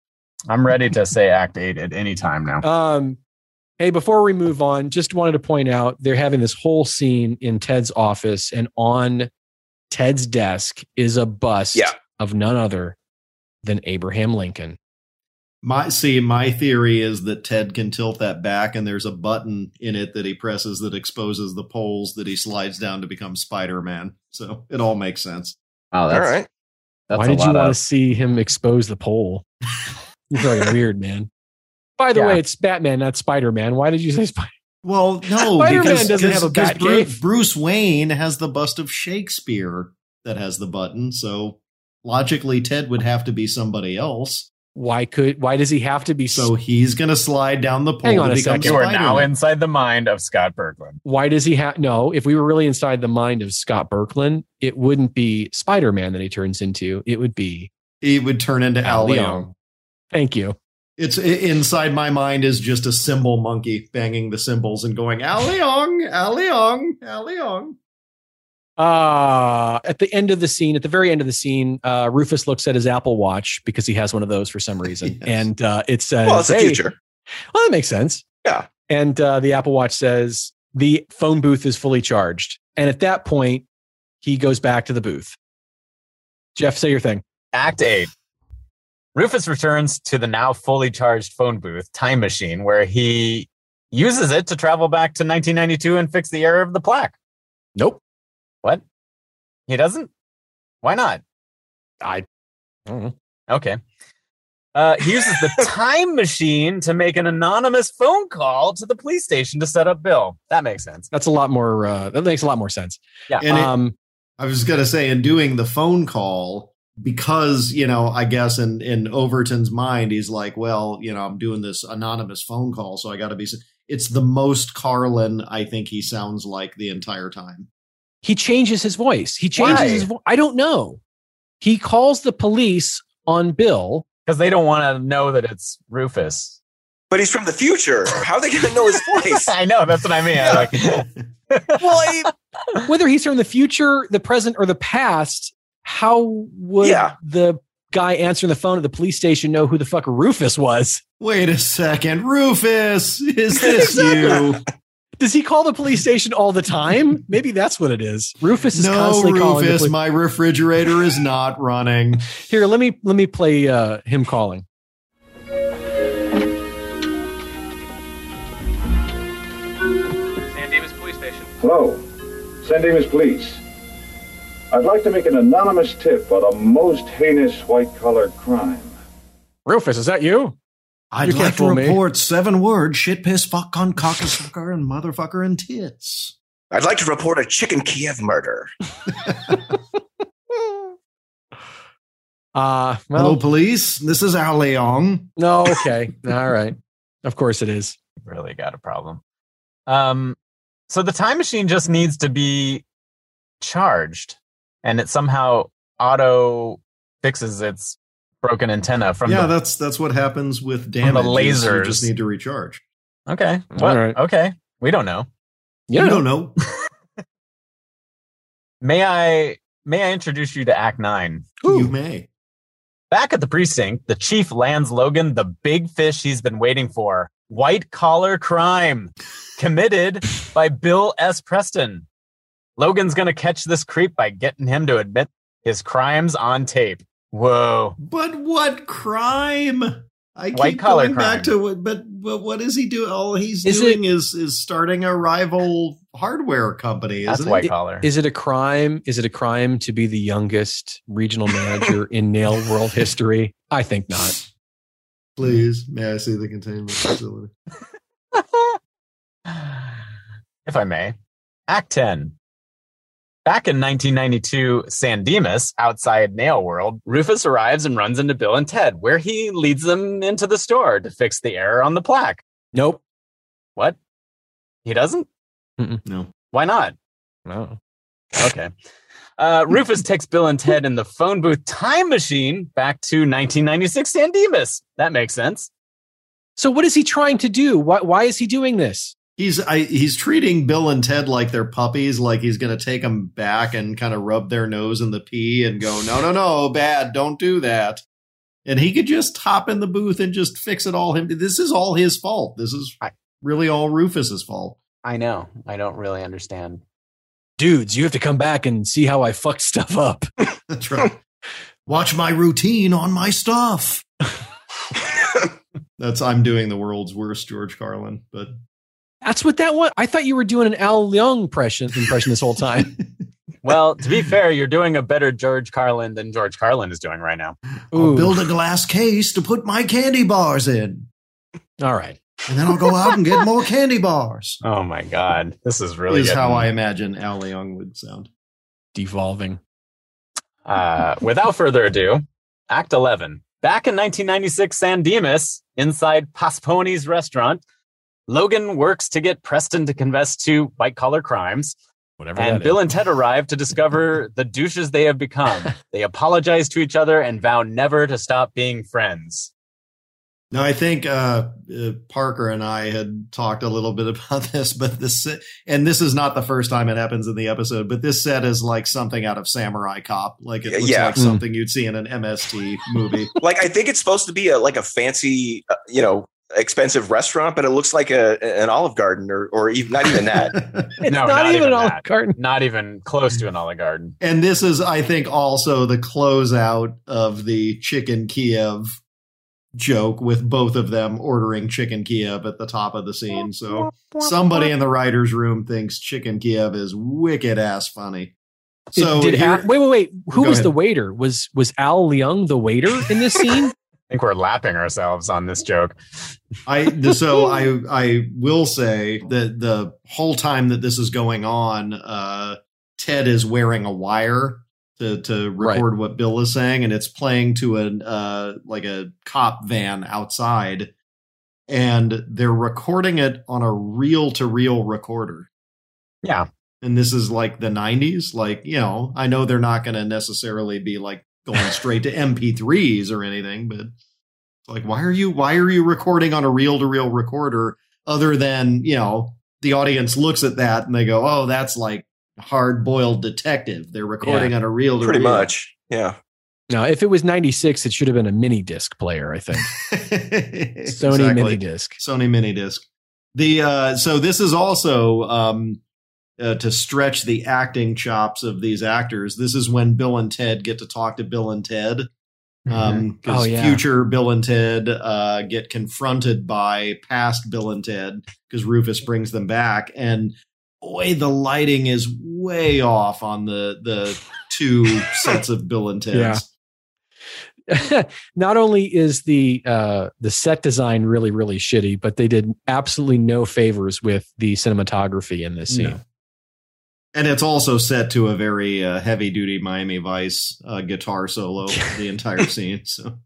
I'm ready to say Act Eight at any time now. Um, hey, before we move on, just wanted to point out they're having this whole scene in Ted's office, and on Ted's desk is a bust Yeah. of none other than Abraham Lincoln. My see, my theory is that Ted can tilt that back, and there's a button in it that he presses that exposes the poles that he slides down to become Spider Man. So it all makes sense. Oh, All right. That's Why a did you want lot to of- see him expose the pole? You're fucking weird, man. By the Yeah. way, it's Batman, not Spider Man. Why did you say Spider? Well, no, Spider-Man because, doesn't have a because bat Bru- cave. Bruce Wayne has the bust of Shakespeare that has the button. So logically, Ted would have to be somebody else. Why could? Why does he have to be So he's going to slide down the pole Hang on to a become second. You are now Spider-Man. inside the mind of Scott Berglund. why does he have no if we were really inside the mind of scott Berkland, it wouldn't be spider-man that he turns into it would be He would turn into Al Al Leon. Leon. thank you It's i- inside my mind is just a cymbal monkey banging the cymbals and going Aliong, Aliong, Aliong. uh at the end of the scene at the very end of the scene uh rufus looks at his apple watch because he has one of those for some reason Yes. and uh it says Well, it's the "Hey," future. well that makes sense Yeah. and uh the apple watch says the phone booth is fully charged and at that point he goes back to the booth jeff say your thing Act 8. Rufus returns to the now fully charged phone booth time machine where he uses it to travel back to 1992 and fix the error of the plaque. Nope. What? He doesn't? Why not? I don't know. Okay. Uh, he uses the time machine to make an anonymous phone call to the police station to set up Bill. That makes sense. That's a lot more. Uh, that makes a lot more sense. Yeah. And it- um, I was gonna say, in doing the phone call, because you know, I guess in in Overton's mind, he's like, well, you know, I'm doing this anonymous phone call, so I got to be. s- It's the most Carlin I think he sounds like the entire time. he changes his voice. He changes Why? his voice. I don't know. He calls the police on Bill. Because they don't want to know that it's Rufus. But he's from the future. How are they going to know his voice? I know. That's what I mean. I'm like, Well, I- whether he's from the future, the present, or the past, how would Yeah. the guy answering the phone at the police station know who the fuck Rufus was? Wait a second, Rufus, is this you? Does he call the police station all the time? Maybe that's what it is. Rufus is no, constantly calling. The Rufus, police. my refrigerator is not running. Here, let me let me play uh, him calling. San Dimas Police Station. Hello, San Dimas Police. I'd like to make an anonymous tip on a most heinous white-collar crime. Rufus, is that you? I'd You can't like to fool me. report seven words: shit, piss, fuck, con, cockasucker, and motherfucker, and tits. I'd like to report a chicken Kiev murder. Uh, Hello, well, police. This is Al Leong. no, okay, all right. Of course it is. really got a problem. Um, so the time machine just needs to be charged, and it somehow auto fixes its broken antenna from yeah, the that's that's what happens with damage. is You lasers. just need to recharge. Okay. All Well, right. Okay. We don't know. You you don't know. don't know. May I may I introduce you to Act 9? You may. Back at the precinct, the chief lands Logan the big fish he's been waiting for. White collar crime committed by Bill S. Preston. Logan's going to catch this creep by getting him to admit his crimes on tape. Whoa. But what crime? I White keep collar going crime. back to what, but but what is he doing? All he's Is doing is is starting a rival hardware company, That's isn't white it? collar. Is it a crime? Is it a crime to be the youngest regional manager in nail world history? I think not. Please, may I see the containment facility? if I may. Act 10. Back in 1992, San Dimas, outside Nail World, Rufus arrives and runs into Bill and Ted, where he leads them into the store to fix the error on the plaque. Nope. What? He doesn't? No. Why not? No. Okay. Uh, Rufus takes Bill and Ted in the phone booth time machine back to 1996 San Dimas. That makes sense. So what is he trying to do? Why, why is he doing this? He's I, he's treating Bill and Ted like they're puppies, like he's going to take them back and kind of rub their nose in the pee and go, no, no, no, bad, don't do that. And he could just hop in the booth and just fix it all. Him, this is all his fault. This is I- really all Rufus's fault. I know. I don't really understand. Dudes, you have to come back and see how I fucked stuff up. That's right. Watch my routine on my stuff. That's I'm doing the world's worst George Carlin, but That's what that was. I thought you were doing an Al Leong impression, impression this whole time. Well, to be fair, you're doing a better George Carlin than George Carlin is doing right now. Ooh. I'll build a glass case to put my candy bars in, All right. and then I'll go out and get more candy bars. Oh my God. This is really is getting- how I imagine Al Leong would sound. Devolving. Uh, without further ado, Act 11. Back in 1996, San Dimas, inside Pasponi's restaurant, Logan works to get Preston to confess to white collar crimes, Whatever. and that Bill is. and Ted arrive to discover the douches they have become. They apologize to each other and vow never to stop being friends. Now, I think uh, uh, Parker and I had talked a little bit about this, but this set- and this is not the first time it happens in the episode. But this set is like something out of Samurai Cop, like it looks Yeah. like Mm. something you'd see in an MST movie. like I think it's supposed to be a like a fancy, uh, you know, expensive restaurant, but it looks like a an Olive Garden or or even not even that. No, not, not even, even an Olive that. Garden. Not even close to an Olive Garden. and this is, I think, also the closeout of the Chicken Kiev joke with both of them ordering Chicken Kiev at the top of the scene. So somebody in the writers' room thinks Chicken Kiev is wicked ass funny. Did- So did here- Al, wait, wait, wait. Who Go was ahead. the waiter? Was was Al Leung the waiter in this scene? I think we're lapping ourselves on this joke. I so I I will say that the whole time that this is going on, uh, Ted is wearing a wire to to record what Bill is saying, and it's playing to an uh, like a cop van outside, and they're recording it on a reel to reel recorder. Yeah, and this is like the '90s. Like you know, I know they're not going to necessarily be like going straight to MP3s or anything, but like why are you why are you recording on a reel to reel recorder other than you know the audience looks at that and they go oh that's like hard boiled detective they're recording Yeah. on a reel to Pretty much. Yeah. No, if it was 96, it should have been a mini disc player, I think. Sony mini disc. Sony mini disc. The uh, so this is also um, uh, to stretch the acting chops of these actors. This is when Bill and Ted get to talk to Bill and Ted. Um, Mhm. 'cause Oh, yeah. future Bill and Ted uh, get confronted by past Bill and Ted because Rufus brings them back, and boy, the lighting is way off on the the two sets of Bill and Ted's. Yeah. Not only is the uh, the set design really really shitty, but they did absolutely no favors with the cinematography in this scene. No. And it's also set to a very uh, heavy duty Miami Vice uh, guitar solo the entire scene. So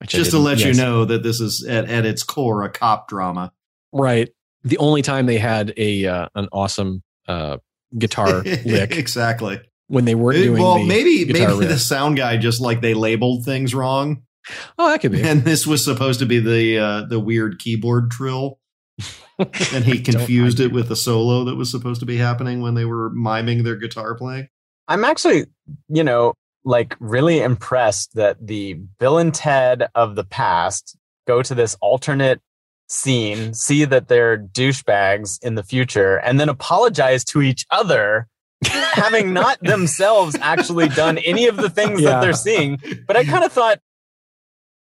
Which I just to didn't- let you yes. know that this is at, at its core a cop drama. Right, the only time they had a uh, an awesome uh, guitar lick exactly. when they weren't It- doing well, the maybe guitar maybe riff. the sound guy just like they labeled things wrong, oh that could be and this was supposed to be the uh, the weird keyboard trill, and he confused it with the solo that was supposed to be happening when they were miming their guitar playing. I'm actually, you know, like really impressed that the Bill and Ted of the past go to this alternate scene, see that they're douchebags in the future, and then apologize to each other, having not themselves actually done any of the things Yeah. that they're seeing. But I kind of thought,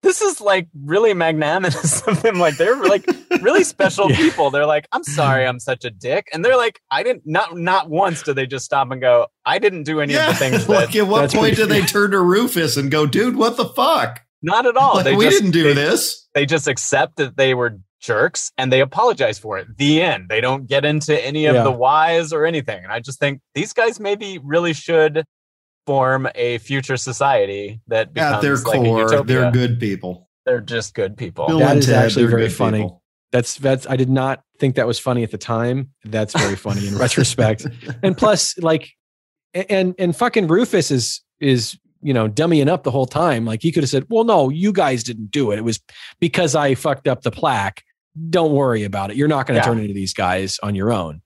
this is like really magnanimous of them. Like they're like really special people. They're like, I'm sorry, I'm such a dick, and they're like, I didn't. Not not once do they just stop and go, I didn't do any of the things. like that, at what that's pretty- point did they turn to Rufus and go, "Dude, what the fuck"? not at Oh, all. Like, they we just, didn't do they- this. They just accept that they were jerks and they apologize for it. The end. They don't get into any of Yeah. the whys or anything. And I just think these guys maybe really should form a future society that becomes At their like a core, utopia. they're good people. They're just good people. Bill That and is Ted, actually they're very good funny. people. That's that's I did not think that was funny at the time. That's very funny in retrospect. And plus, like, a- and and fucking Rufus is is you know dummying up the whole time. Like he could have said, "Well, no, you guys didn't do it. It was because I fucked up the plaque. Don't worry about it. You're not going to Yeah. turn into these guys on your own."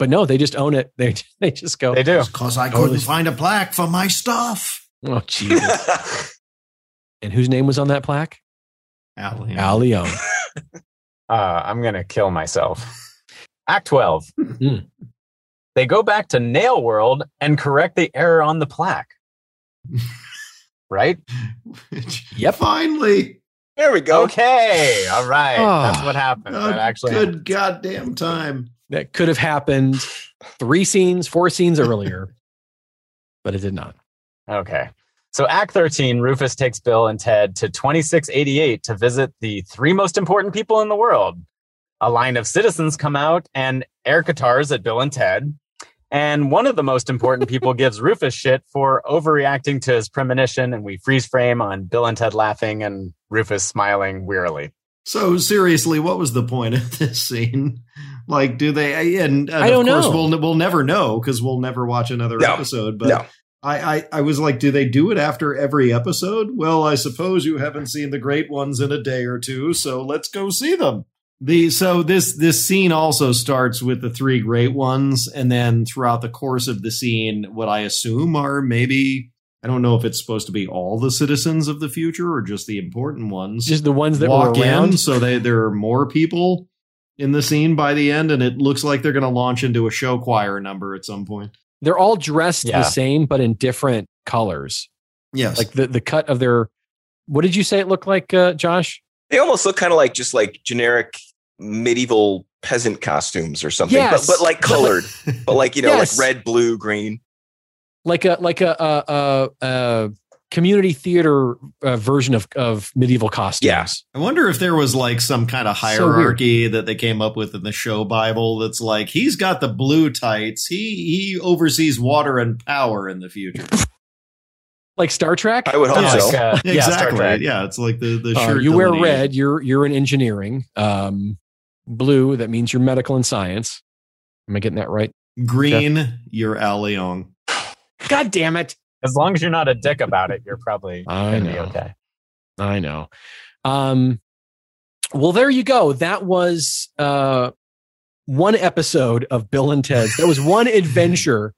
But no, they just own it. They they just go, They do. Because I couldn't find a plaque for my stuff. "Oh Jesus!" and whose name was on that plaque? Allie. Al Leon. Uh, I'm going to kill myself. Act 12. They go back to Nail World and correct the error on the plaque. right? Yep. Finally. There we go. Okay. All right. That's Ah. what happened. That a actually oh, good goddamn time. that could have happened three scenes, four scenes earlier, but it did not. Okay. So, Act 13, Rufus takes Bill and Ted to 2688 to visit the three most important people in the world. A line of citizens come out and air guitars at Bill and Ted. And one of the most important people gives Rufus shit for overreacting to his premonition. And we freeze frame on Bill and Ted laughing and Rufus smiling wearily. So seriously, what was the point of this scene? Like, do they? And, and I don't of course, know. We'll we'll never know because we'll never watch another No. episode. But No. I, I I was like, do they do it after every episode? Well, I suppose you haven't seen the great ones in a day or two, so let's go see them. The so this this scene also starts with the three great ones, and then throughout the course of the scene, what I assume are maybe I don't know if it's supposed to be all the citizens of the future or just the important ones Just the ones that walk were around. in, so they there are more people in the scene by the end, and it looks like they're going to launch into a show choir number at some point. They're all dressed Yeah. the same, but in different colors. Yes, Like the, the cut of their, what did you say it looked like, uh, Josh? They almost look kind of like just like generic medieval peasant costumes or something, Yes. but, but like colored, but like, you know, Yes. like red, blue, green. Like a, like a, uh, uh, uh, community theater uh, version of, of medieval costumes. Yeah. I wonder if there was like some kind of hierarchy that they came up with in the show Bible that's like he's got the blue tights, he he oversees water and power in the future. Like Star Trek? I would hope Yeah, so. like, uh, yeah, exactly. Star Trek. Yeah, it's like the the Uh, shirt. you wear delineated. red, you're you're in engineering. Um, blue, that means you're medical and science. Am I getting that right? Green, you're Al Leong. God damn it. As long as you're not a dick about it, you're probably I gonna be know. okay. I know. Um, well, there you go. That was uh, one episode of Bill and Ted's. That was one adventure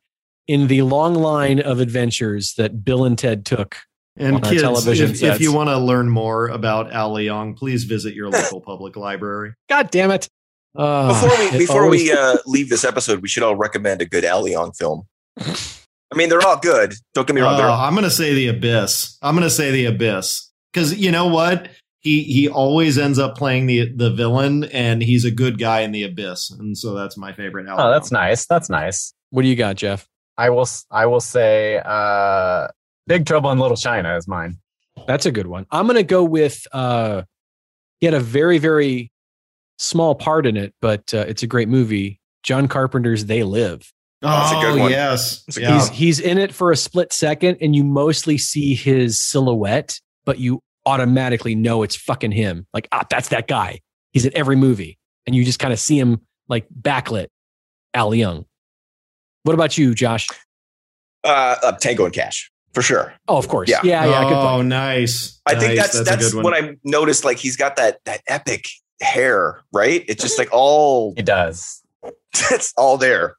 in the long line of adventures that Bill and Ted took And on kids, our television if, sets. if you want to learn more about Al Leong, please visit your local public library. God damn it. Uh, Before we it before always- we uh, leave this episode, we should all recommend a good Allion film. I mean, they're all good. Don't get me wrong. Oh, they're Ah, all- I'm going to say the abyss. I'm going to say the abyss because you know what? He he always ends up playing the the villain, and he's a good guy in the abyss, and so that's my favorite. Al Oh, Leong. that's nice. That's nice. what do you got, Jeff? I will. s- I will say, uh, Big Trouble in Little China is mine. That's a good one. I'm going to go with uh he had a very very small part in it, but uh, it's a great movie. John Carpenter's They Live. That's a good Oh, one. Yes, That's a yeah. He's he's in it for a split second and you mostly see his silhouette, but you automatically know it's fucking him. Like, ah, that's that guy. He's in every movie and you just kind of see him like backlit Al Young. What about you, Josh? uh, uh, Tango and Cash for sure. Oh, of course. Yeah. yeah, yeah good oh, point. nice. I think Nice. that's that's, a good one. what I noticed. Like he's got that that epic hair, right? It's just like all It does. it's all there.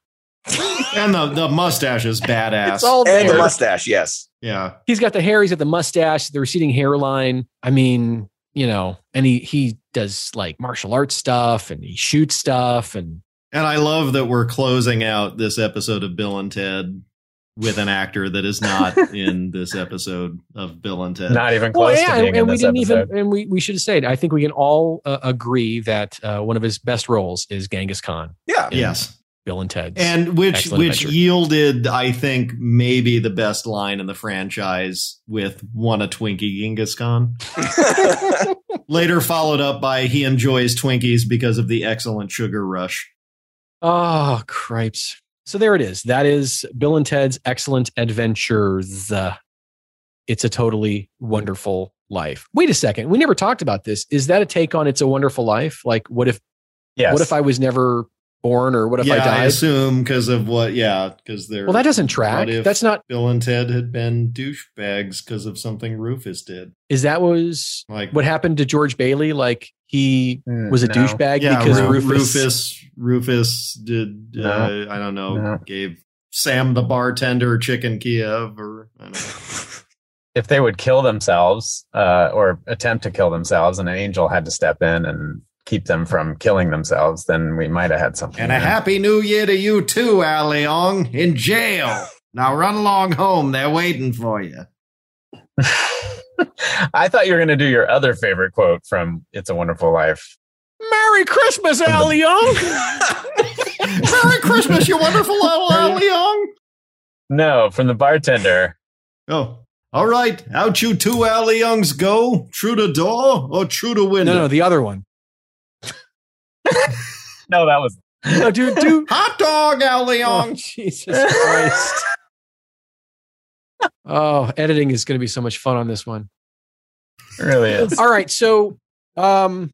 and the the mustache is badass. It's all And the there. mustache, yes. yeah, he's got the hair, he's got the mustache, the receding hairline. I mean, you know, and he he does like martial arts stuff and he shoots stuff and and I love that we're closing out this episode of Bill and Ted with an actor that is not in this episode of Bill and Ted. Not even close to being and, in and we this didn't episode. even and we we should have said I think we can all uh, agree that uh, one of his best roles is Genghis Khan, Yeah. in yes. Bill and Ted's. and which Excellent which adventure. yielded i think maybe the best line in the franchise with one a twinkie genghis khan later followed up by he enjoys twinkies because of the excellent sugar rush oh cripes! So there it is. That is Bill and Ted's Excellent Adventures. Uh, it's a totally wonderful life. Wait a second, we never talked about this. Is that a take on It's a Wonderful Life? Like, what if Yes. what if I was never born or what if yeah I died? assume because of what yeah because they're well, that doesn't track. What if- That's not. bill and ted had been douchebags because of something rufus did Is that was like what happened to George Bailey? Like he Mm, was a no. douchebag yeah, because Ru- Rufus, Rufus Rufus did uh, I don't know No. gave Sam the bartender chicken Kiev or I don't know. if they would kill themselves uh, or attempt to kill themselves, and an angel had to step in and keep them from killing themselves, then we might have had something. And a there. happy new year to you too, Al Leong, in jail. Now run along home. They're waiting for you. I thought you were going to do your other favorite quote from "It's a Wonderful Life." Merry Christmas, Al Young. Merry Christmas, you wonderful little Al Leong. No, from the bartender. Oh. All right. Out you two Al Leongs go. True to door or true to no, window? no, the other one. No, that was No, dude, dude. Hot dog, Al oh, Leong. Jesus Christ. oh, editing is going to be so much fun on this one. it really is. All right, so um,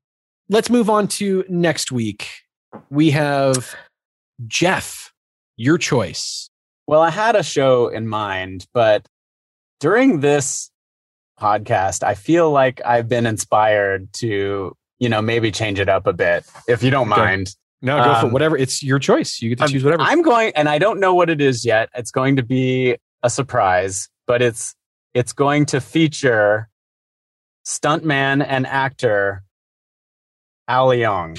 let's move on to next week. We have Jeff, your choice. Well, I had a show in mind, but during this podcast, I feel like I've been inspired to, you know, maybe change it up a bit, if you don't Okay. mind. No, go for Um, whatever. It's your choice. You get to I'm- choose whatever. I'm going, and I don't know what it is yet. It's going to be a surprise, but it's it's going to feature stuntman and actor Al Young.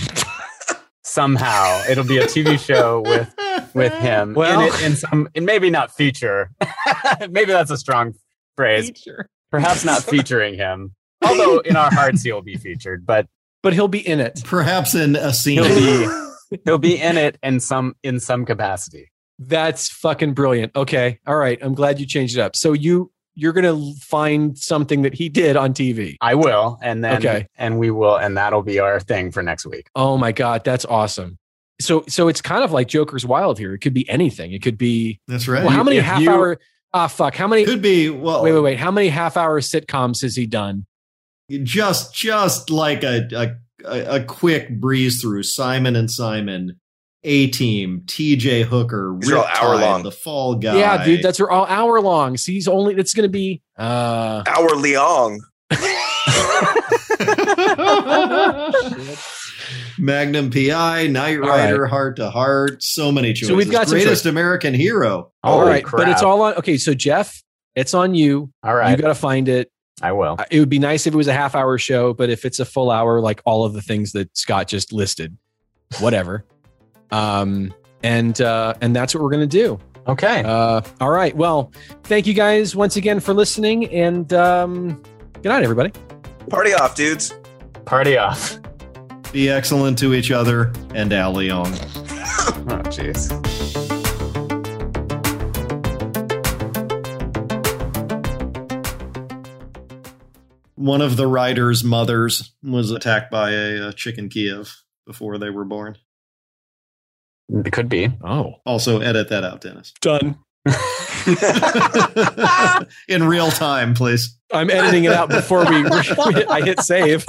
Somehow, it'll be a TV show Oh, with with Uh, him Well- in it in some, and maybe not feature. maybe that's a strong phrase. Perhaps not featuring him. Although in our hearts he'll be featured, but but he'll be in it. Perhaps in a scene. he'll be he'll be in it in some in some capacity. That's fucking brilliant. Okay. All right. I'm glad you changed it up. So you you're gonna find something that he did on TV. I will, and then Okay. and we will, and that'll be our thing for next week. Oh my god, that's awesome. So so it's kind of like Joker's Wild here. It could be anything. It could be That's right. well, how many If half you- hour ah fuck. How many could be well wait, wait, wait. How many half hour sitcoms has he done? just just like a a, a a quick breeze through Simon and Simon, A Team, T.J. Hooker, These are all Riptide, hour-long. The Fall Guy. Yeah, dude, that's all hour longs. He's only it's gonna be uh Our Leong. Magnum PI, Knight All Rider, Heart to Heart, so many choices. So we've got some greatest choices. American hero. all right, but crap. it's all on okay, so Jeff, it's on you. All You right, gotta find it. I will. It would be nice if it was a half hour show, but if it's a full hour, like all of the things that Scott just listed, whatever. um, and uh, and that's what we're gonna do. Okay. Uh, all right. Well, thank you guys once again for listening, and um, good night, everybody. Party off, dudes. Party off. Be excellent to each other and Al Leong. Oh, jeez. One of the writer's mothers was attacked by a, uh chicken Kiev before they were born. It could be. Oh, Also, edit that out, Dennis. done. In real time, please. I'm editing it out before we. I hit save.